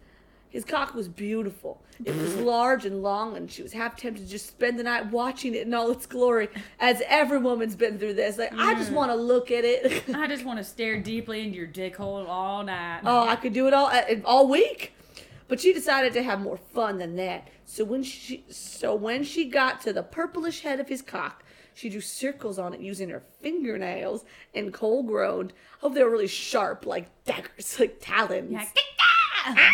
[SPEAKER 2] His cock was beautiful. It was large and long, and she was half tempted to just spend the night watching it in all its glory, as every woman's been through this. Like, I just want to look at it.
[SPEAKER 1] I just want to stare deeply into your dick hole all night.
[SPEAKER 2] oh, I could do it all uh, all week. But she decided to have more fun than that. So when she so when she got to the purplish head of his cock, she drew circles on it using her fingernails. And Cole groaned. Hope they were really sharp, like daggers, like talons.
[SPEAKER 1] Yeah, kick that!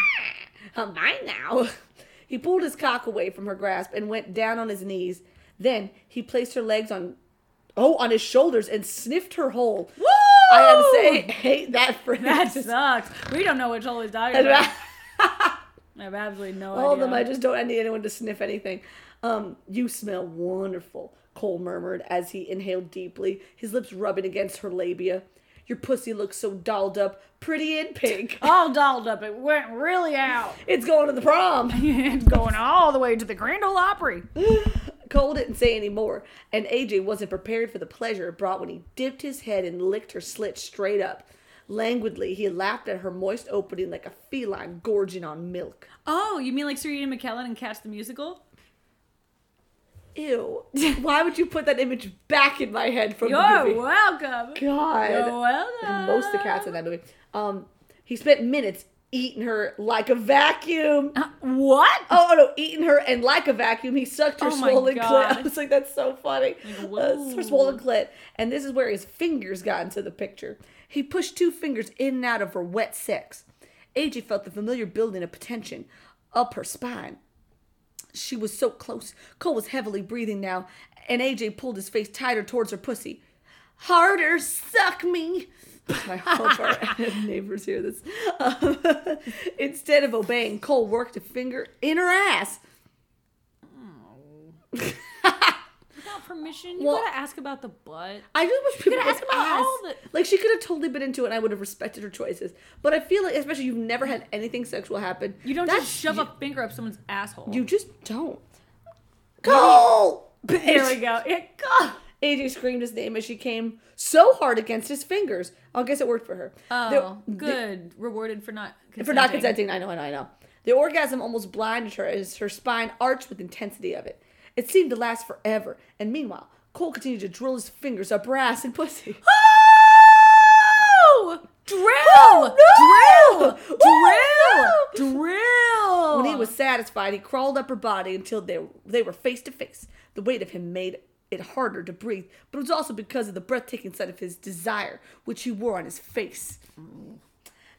[SPEAKER 2] Oh, mine now. He pulled his cock away from her grasp and went down on his knees. Then he placed her legs on, oh, on his shoulders and sniffed her hole.
[SPEAKER 1] Woo!
[SPEAKER 2] I gotta say, hate that for
[SPEAKER 1] that sucks. We don't know what Joel is talking about. I have absolutely no
[SPEAKER 2] All of
[SPEAKER 1] idea.
[SPEAKER 2] them. I just don't need anyone to sniff anything. Um, you smell wonderful, Cole murmured as he inhaled deeply, his lips rubbing against her labia. Your pussy looks so dolled up, pretty and pink.
[SPEAKER 1] all dolled up. It went really out.
[SPEAKER 2] It's going to the prom.
[SPEAKER 1] it's going all the way to the Grand Ole Opry.
[SPEAKER 2] Cole didn't say any more, and AJ wasn't prepared for the pleasure it brought when he dipped his head and licked her slit straight up. Languidly, he lapped at her moist opening like a feline gorging on milk.
[SPEAKER 1] Oh, you mean like Serena McKellen and Catch the Musical?
[SPEAKER 2] Ew. Why would you put that image back in my head from the
[SPEAKER 1] You're
[SPEAKER 2] movie?
[SPEAKER 1] welcome.
[SPEAKER 2] God.
[SPEAKER 1] You're welcome.
[SPEAKER 2] And most of the cats in that movie. Um, he spent minutes eating her like a vacuum.
[SPEAKER 1] Uh, What?
[SPEAKER 2] Oh no, eating her and like a vacuum, he sucked her
[SPEAKER 1] Oh my
[SPEAKER 2] swollen clit. I
[SPEAKER 1] God.
[SPEAKER 2] was like, that's so funny. Uh, her
[SPEAKER 1] whoa.
[SPEAKER 2] swollen clit, and this is where his fingers got into the picture. He pushed two fingers in and out of her wet sex. AJ felt the familiar building of tension up her spine. She was so close. Cole was heavily breathing now, and AJ pulled his face tighter towards her pussy. Harder, suck me. I hope our neighbors hear this. Um, instead of obeying, Cole worked a finger in her ass.
[SPEAKER 1] Without permission? You
[SPEAKER 2] Well-
[SPEAKER 1] gotta ask about the butt.
[SPEAKER 2] I just wish people
[SPEAKER 1] gotta
[SPEAKER 2] would
[SPEAKER 1] ask about
[SPEAKER 2] ask.
[SPEAKER 1] all the-
[SPEAKER 2] Like she could have totally been into it, and I would have respected her choices. But I feel like, especially you've never had anything sexual happen.
[SPEAKER 1] You don't
[SPEAKER 2] That's-
[SPEAKER 1] just shove a finger up someone's asshole.
[SPEAKER 2] You just don't. Cole.
[SPEAKER 1] there we go. Yeah, go.
[SPEAKER 2] AJ screamed his name as she came so hard against his fingers. I guess it worked for her.
[SPEAKER 1] Oh,
[SPEAKER 2] The- the-
[SPEAKER 1] good. Rewarded for not consenting.
[SPEAKER 2] for not consenting. I know, I know, I know. The orgasm almost blinded her as her spine arched with intensity of it. It seemed to last forever. And meanwhile, Cole continued to drill his fingers up her ass and pussy.
[SPEAKER 1] Oh! Drill!
[SPEAKER 2] no!
[SPEAKER 1] Drill!
[SPEAKER 2] Oh,
[SPEAKER 1] Drill! Drill!
[SPEAKER 2] When he was satisfied, he crawled up her body until they they were face to face. The weight of him made it harder to breathe, but it was also because of the breathtaking sight of his desire, which he wore on his face.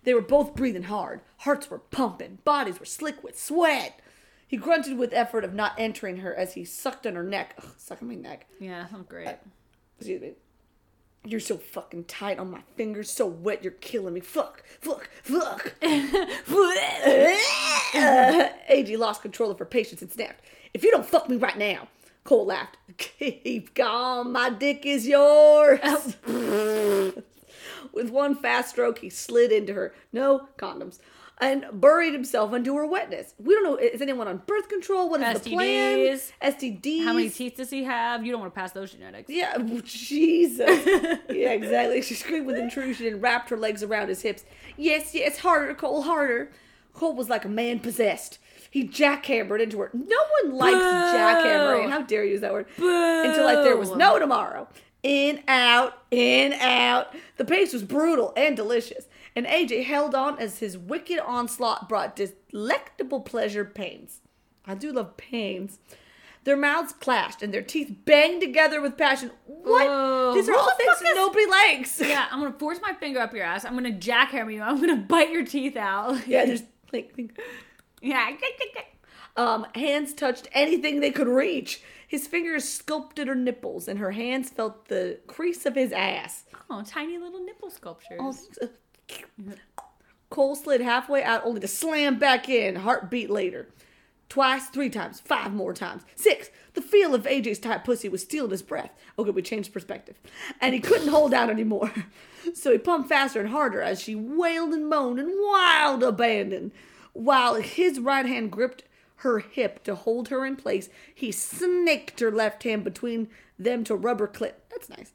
[SPEAKER 2] They were both breathing hard. Hearts were pumping. Bodies were slick with sweat. He grunted with effort of not entering her as he sucked on her neck. Ugh, sucking my neck.
[SPEAKER 1] Yeah, sounds great.
[SPEAKER 2] Excuse me. You're so fucking tight on my fingers, so wet, you're killing me. Fuck, fuck, fuck. AG lost control of her patience and snapped, If you don't fuck me right now. Cole laughed. Keep calm, my dick is yours.
[SPEAKER 1] Oh.
[SPEAKER 2] With one fast stroke, he slid into her. No condoms. And buried himself into her wetness. We don't know. Is anyone on birth control? What is the plan?
[SPEAKER 1] STDs.
[SPEAKER 2] STDs.
[SPEAKER 1] How many teeth does he have? You don't want to pass those genetics.
[SPEAKER 2] Yeah, Jesus. yeah, exactly. She screamed with intrusion and wrapped her legs around his hips. Yes, yes, harder, Cole, harder. Cole was like a man possessed. He jackhammered into her. No one likes
[SPEAKER 1] Boo.
[SPEAKER 2] jackhammering. How dare you use that word?
[SPEAKER 1] Boo.
[SPEAKER 2] Until like there was no tomorrow. In, out, in, out. The pace was brutal and delicious. And AJ held on as his wicked onslaught brought delectable pleasure pains. I do love pains. Their mouths clashed and their teeth banged together with passion. What?
[SPEAKER 3] Whoa.
[SPEAKER 2] These are
[SPEAKER 3] Who
[SPEAKER 2] all
[SPEAKER 3] Oh, the
[SPEAKER 2] things
[SPEAKER 3] fuck is-
[SPEAKER 2] nobody likes.
[SPEAKER 3] Yeah, I'm gonna force my finger up your ass. I'm gonna jackhammer you. I'm gonna bite your teeth out.
[SPEAKER 2] Yeah, there's like
[SPEAKER 3] yeah.
[SPEAKER 2] Um, hands touched anything they could reach. His fingers sculpted her nipples, and her hands felt the crease of his ass.
[SPEAKER 3] Oh, tiny little nipple sculptures.
[SPEAKER 2] Oh, uh, Cole slid halfway out, only to slam back in, heartbeat later. Twice, three times, five more times, six. The feel of AJ's tight pussy was stealing his breath. Okay, we changed perspective. And he couldn't hold out anymore. So he pumped faster and harder as she wailed and moaned in wild abandon. While his right hand gripped her hip to hold her in place, he snaked her left hand between them to rubber clip. That's nice.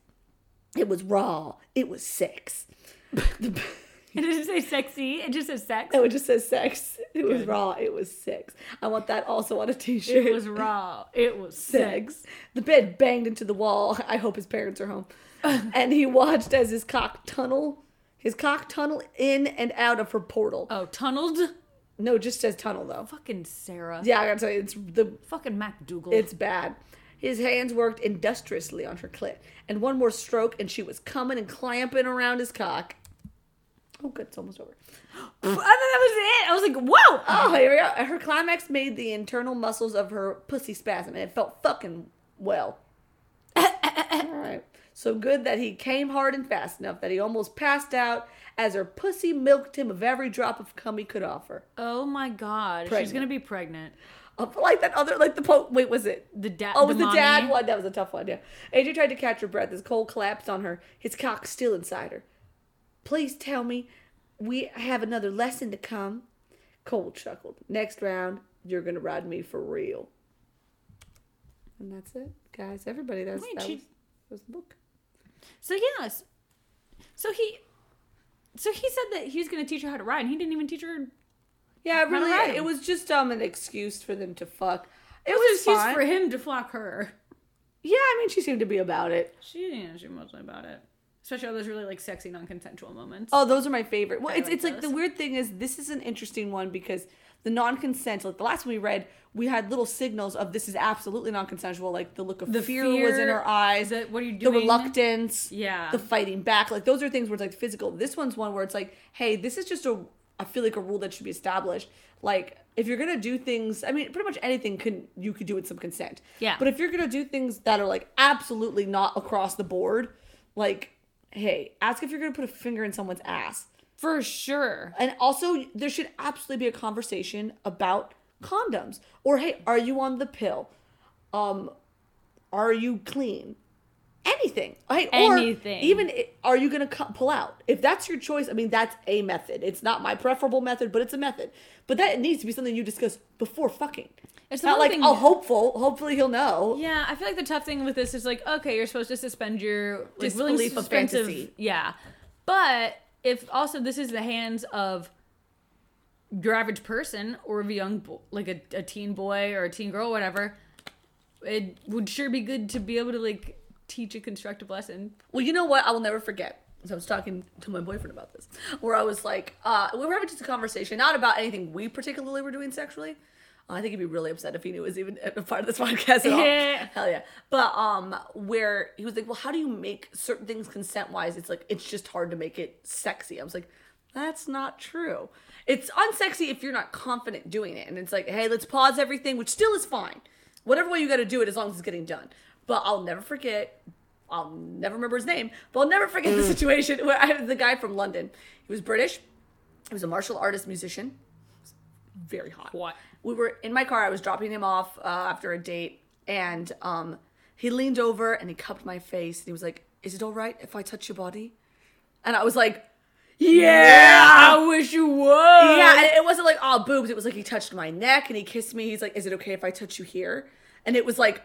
[SPEAKER 2] It was raw. It was sex. The-
[SPEAKER 3] It doesn't say sexy. It just says sex.
[SPEAKER 2] no, it just says sex. It was raw. It was sex. I want that also on a t-shirt.
[SPEAKER 3] It was raw. It was sex.
[SPEAKER 2] sex. The bed banged into the wall. I hope his parents are home. and he watched as his cock tunnel, his cock tunnel in and out of her portal.
[SPEAKER 3] Oh, tunneled.
[SPEAKER 2] No, it just says tunnel though.
[SPEAKER 3] Fucking Sarah.
[SPEAKER 2] Yeah, I gotta tell you, it's the
[SPEAKER 3] Fucking MacDougall.
[SPEAKER 2] It's bad. His hands worked industriously on her clit, and one more stroke, and she was coming and clamping around his cock. Oh, good, it's almost over.
[SPEAKER 3] I thought that was it. I was like, whoa.
[SPEAKER 2] Oh, here we go. Her climax made the internal muscles of her pussy spasm, and it felt fucking well. All right. So good that he came hard and fast enough that he almost passed out as her pussy milked him of every drop of cum he could offer.
[SPEAKER 3] Oh my god. She's
[SPEAKER 2] Pregnant.
[SPEAKER 3] gonna be pregnant.
[SPEAKER 2] Uh, like that other, like the po Wait, was it
[SPEAKER 3] The dad.
[SPEAKER 2] Oh, it was the,
[SPEAKER 3] mommy.
[SPEAKER 2] dad one. That was a tough one, yeah. AJ tried to catch her breath as Cole collapsed on her, his cock still inside her. Please tell me we have another lesson to come. Cole chuckled. Next round, you're going to ride me for real. And that's it, guys. Everybody, that's,
[SPEAKER 3] Wait,
[SPEAKER 2] that,
[SPEAKER 3] she-
[SPEAKER 2] was, that was the book.
[SPEAKER 3] So yes. So he. So he said that he was gonna teach her how to ride, and he didn't even teach her.
[SPEAKER 2] Yeah,
[SPEAKER 3] really-
[SPEAKER 2] really, it was just um an excuse for them to fuck. It,
[SPEAKER 3] It
[SPEAKER 2] was,
[SPEAKER 3] was
[SPEAKER 2] just
[SPEAKER 3] an excuse for him to flock her.
[SPEAKER 2] Yeah, I mean, she seemed to be about it.
[SPEAKER 3] She didn't. She wasn't about it. Especially all those really like sexy, non-consensual moments.
[SPEAKER 2] Oh, those are my favorite. Well,
[SPEAKER 3] I
[SPEAKER 2] it's
[SPEAKER 3] like
[SPEAKER 2] it's like the
[SPEAKER 3] those.
[SPEAKER 2] weird thing is this is an interesting one because the non-consent, like the last one we read, we had little signals of this is absolutely non-consensual. Like the look of
[SPEAKER 3] The
[SPEAKER 2] fear, was in
[SPEAKER 3] fear,
[SPEAKER 2] her eyes,
[SPEAKER 3] the- what are you
[SPEAKER 2] the
[SPEAKER 3] doing?
[SPEAKER 2] reluctance,
[SPEAKER 3] Yeah.
[SPEAKER 2] the fighting back. Like those are things where it's like physical. This one's one where it's like, hey, this is just a. I feel like a rule that should be established. Like if you're gonna do things, I mean, pretty much anything can you could do with some consent.
[SPEAKER 3] Yeah.
[SPEAKER 2] But if you're gonna do things that are like absolutely not across the board, like hey, ask if you're gonna put a finger in someone's ass.
[SPEAKER 3] For sure.
[SPEAKER 2] And also, there should absolutely be a conversation about condoms. Or hey, are you on the pill? Um, are you clean? Anything. Hey,
[SPEAKER 3] Anything.
[SPEAKER 2] Or even i- are you gonna cu- pull out? If that's your choice, I mean that's a method. It's not my preferable method, but it's a method. But that needs to be something you discuss before fucking.
[SPEAKER 3] It's
[SPEAKER 2] It's
[SPEAKER 3] the
[SPEAKER 2] not
[SPEAKER 3] one
[SPEAKER 2] like
[SPEAKER 3] thing-
[SPEAKER 2] oh, hopeful. Hopefully he'll know.
[SPEAKER 3] Yeah, I feel like the tough thing with this is like, okay, you're supposed to suspend your like, willing
[SPEAKER 2] Disbelief of
[SPEAKER 3] suspensive,
[SPEAKER 2] fantasy.
[SPEAKER 3] yeah. But if also this is the hands of your average person or of a young, bo- like a, a teen boy or a teen girl, whatever, it would sure be good to be able to like teach a constructive lesson.
[SPEAKER 2] Well, you know what? I will never forget. So I was talking to my boyfriend about this, where I was like, uh, we were having just a conversation, not about anything we particularly were doing sexually. Uh, I think he'd be really upset if he knew it was even a part of this podcast at all.
[SPEAKER 3] Yeah.
[SPEAKER 2] Hell yeah. But um, where he was like, well, how do you make certain things consent wise? It's like it's just hard to make it sexy. I was like, that's not true. It's unsexy if you're not confident doing it. And it's like, hey, let's pause everything, which still is fine. Whatever way you got to do it, as long as it's getting done. But I'll never forget I'll never remember his name, but I'll never forget
[SPEAKER 3] Mm.
[SPEAKER 2] the situation where I had the guy from London. He was British. He was a martial artist musician. Very hot.
[SPEAKER 3] What?
[SPEAKER 2] We were in my car. I was dropping him off uh, after a date, and um, he leaned over and he cupped my face, and he was like, "Is it all right if I touch your body?" And I was like,
[SPEAKER 3] Yeah, I wish you would.
[SPEAKER 2] yeah, and it wasn't like all boobs. It was like he touched my neck and he kissed me. He's like, "Is it okay if I touch you here?" And it was like,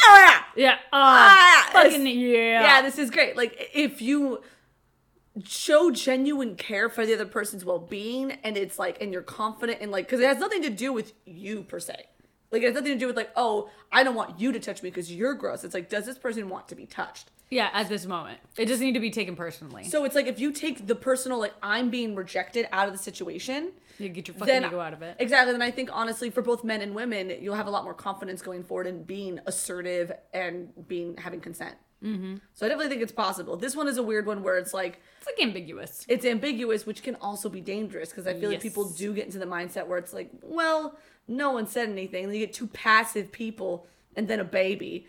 [SPEAKER 2] ah,
[SPEAKER 3] yeah, uh,
[SPEAKER 2] Ah,
[SPEAKER 3] fucking
[SPEAKER 2] it's-
[SPEAKER 3] yeah,
[SPEAKER 2] yeah, this is great. Like if you show genuine care for the other person's well-being and it's like and you're confident and like cuz it has nothing to do with you per se. Like it has nothing to do with like, oh, I don't want you to touch me because you're gross. It's like, does this person want to be touched?
[SPEAKER 3] Yeah, at this moment. It doesn't need to be taken personally.
[SPEAKER 2] So it's like if you take the personal, like I'm being rejected out of the situation,
[SPEAKER 3] you get your fucking
[SPEAKER 2] then
[SPEAKER 3] ego out of it.
[SPEAKER 2] Exactly. Then I think honestly, for both men and women, you'll have a lot more confidence going forward in being assertive and being having consent. Mm-hmm. So I definitely think it's possible. This one is a weird one where it's like
[SPEAKER 3] It's like ambiguous.
[SPEAKER 2] it's ambiguous, which can also be dangerous because I feel like people
[SPEAKER 3] Yes.
[SPEAKER 2] do get into the mindset where it's like, well, no one said anything. Then you get two passive people and then a baby,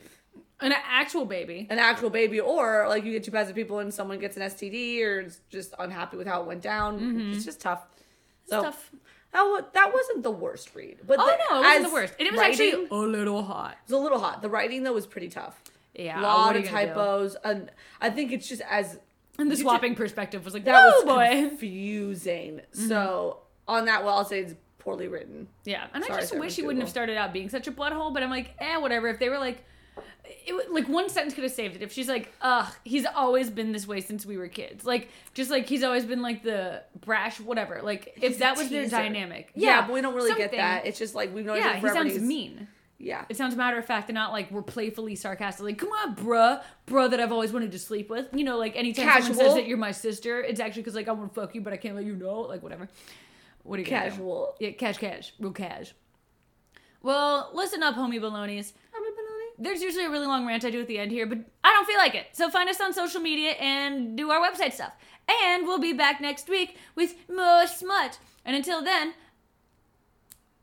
[SPEAKER 3] An actual baby.
[SPEAKER 2] an actual baby, or like you get two passive people and someone gets an STD or is just unhappy with how it went down.
[SPEAKER 3] Mm-hmm.
[SPEAKER 2] It's just tough. So
[SPEAKER 3] Stuff.
[SPEAKER 2] that wa- that wasn't the worst read, but
[SPEAKER 3] Oh
[SPEAKER 2] the-
[SPEAKER 3] no, it wasn't
[SPEAKER 2] as
[SPEAKER 3] the worst. And it was actually
[SPEAKER 2] writing,
[SPEAKER 3] a little hot.
[SPEAKER 2] it was a little hot. The writing though was pretty tough.
[SPEAKER 3] Yeah,
[SPEAKER 2] a lot
[SPEAKER 3] what are
[SPEAKER 2] of
[SPEAKER 3] you gonna do?
[SPEAKER 2] typos, and I think it's just as
[SPEAKER 3] And the
[SPEAKER 2] you ju-
[SPEAKER 3] swapping perspective was like,
[SPEAKER 2] that
[SPEAKER 3] oh
[SPEAKER 2] was
[SPEAKER 3] boy. Mm-hmm.
[SPEAKER 2] confusing. So on that, well, I'll say it's poorly written.
[SPEAKER 3] Yeah, and
[SPEAKER 2] Sorry,
[SPEAKER 3] I just
[SPEAKER 2] Sarah
[SPEAKER 3] wish he wouldn't have
[SPEAKER 2] McDougal.
[SPEAKER 3] started out being such a butthole. But I'm like, eh, whatever. If they were like, it would- like one sentence could have saved it. If she's like, ugh, he's always been this way since we were kids. Like, just like he's always been like the brash, whatever. Like, if
[SPEAKER 2] a
[SPEAKER 3] that was their
[SPEAKER 2] teaser.
[SPEAKER 3] dynamic,
[SPEAKER 2] Yeah, but we don't really get
[SPEAKER 3] something.
[SPEAKER 2] that. It's just like we've known each
[SPEAKER 3] Yeah,
[SPEAKER 2] other
[SPEAKER 3] he
[SPEAKER 2] forever.
[SPEAKER 3] sounds
[SPEAKER 2] he's-
[SPEAKER 3] mean.
[SPEAKER 2] Yeah,
[SPEAKER 3] It sounds matter of fact, and not like we're playfully sarcastic. Like, come on, bruh, bruh, that I've always wanted to sleep with. You know, like anytime someone
[SPEAKER 2] Casual.
[SPEAKER 3] says that you're my sister, it's actually because like I want to fuck you, but I can't let you know. Like, whatever. What are you gonna do?
[SPEAKER 2] casual.
[SPEAKER 3] Yeah, cash, cash, real cash. Well, listen up, homie balonies. There's usually a really long rant I do at the end here, but I don't feel like it. So find us on social media and do our website stuff. And we'll be back next week with more smut. And until then,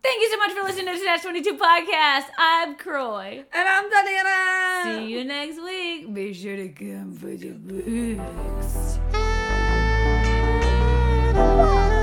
[SPEAKER 3] thank you so much for listening to the Dash 22 podcast. I'm Croy.
[SPEAKER 2] And I'm Diana.
[SPEAKER 3] See you next week. Be sure to come for the books.
[SPEAKER 4] Whoa.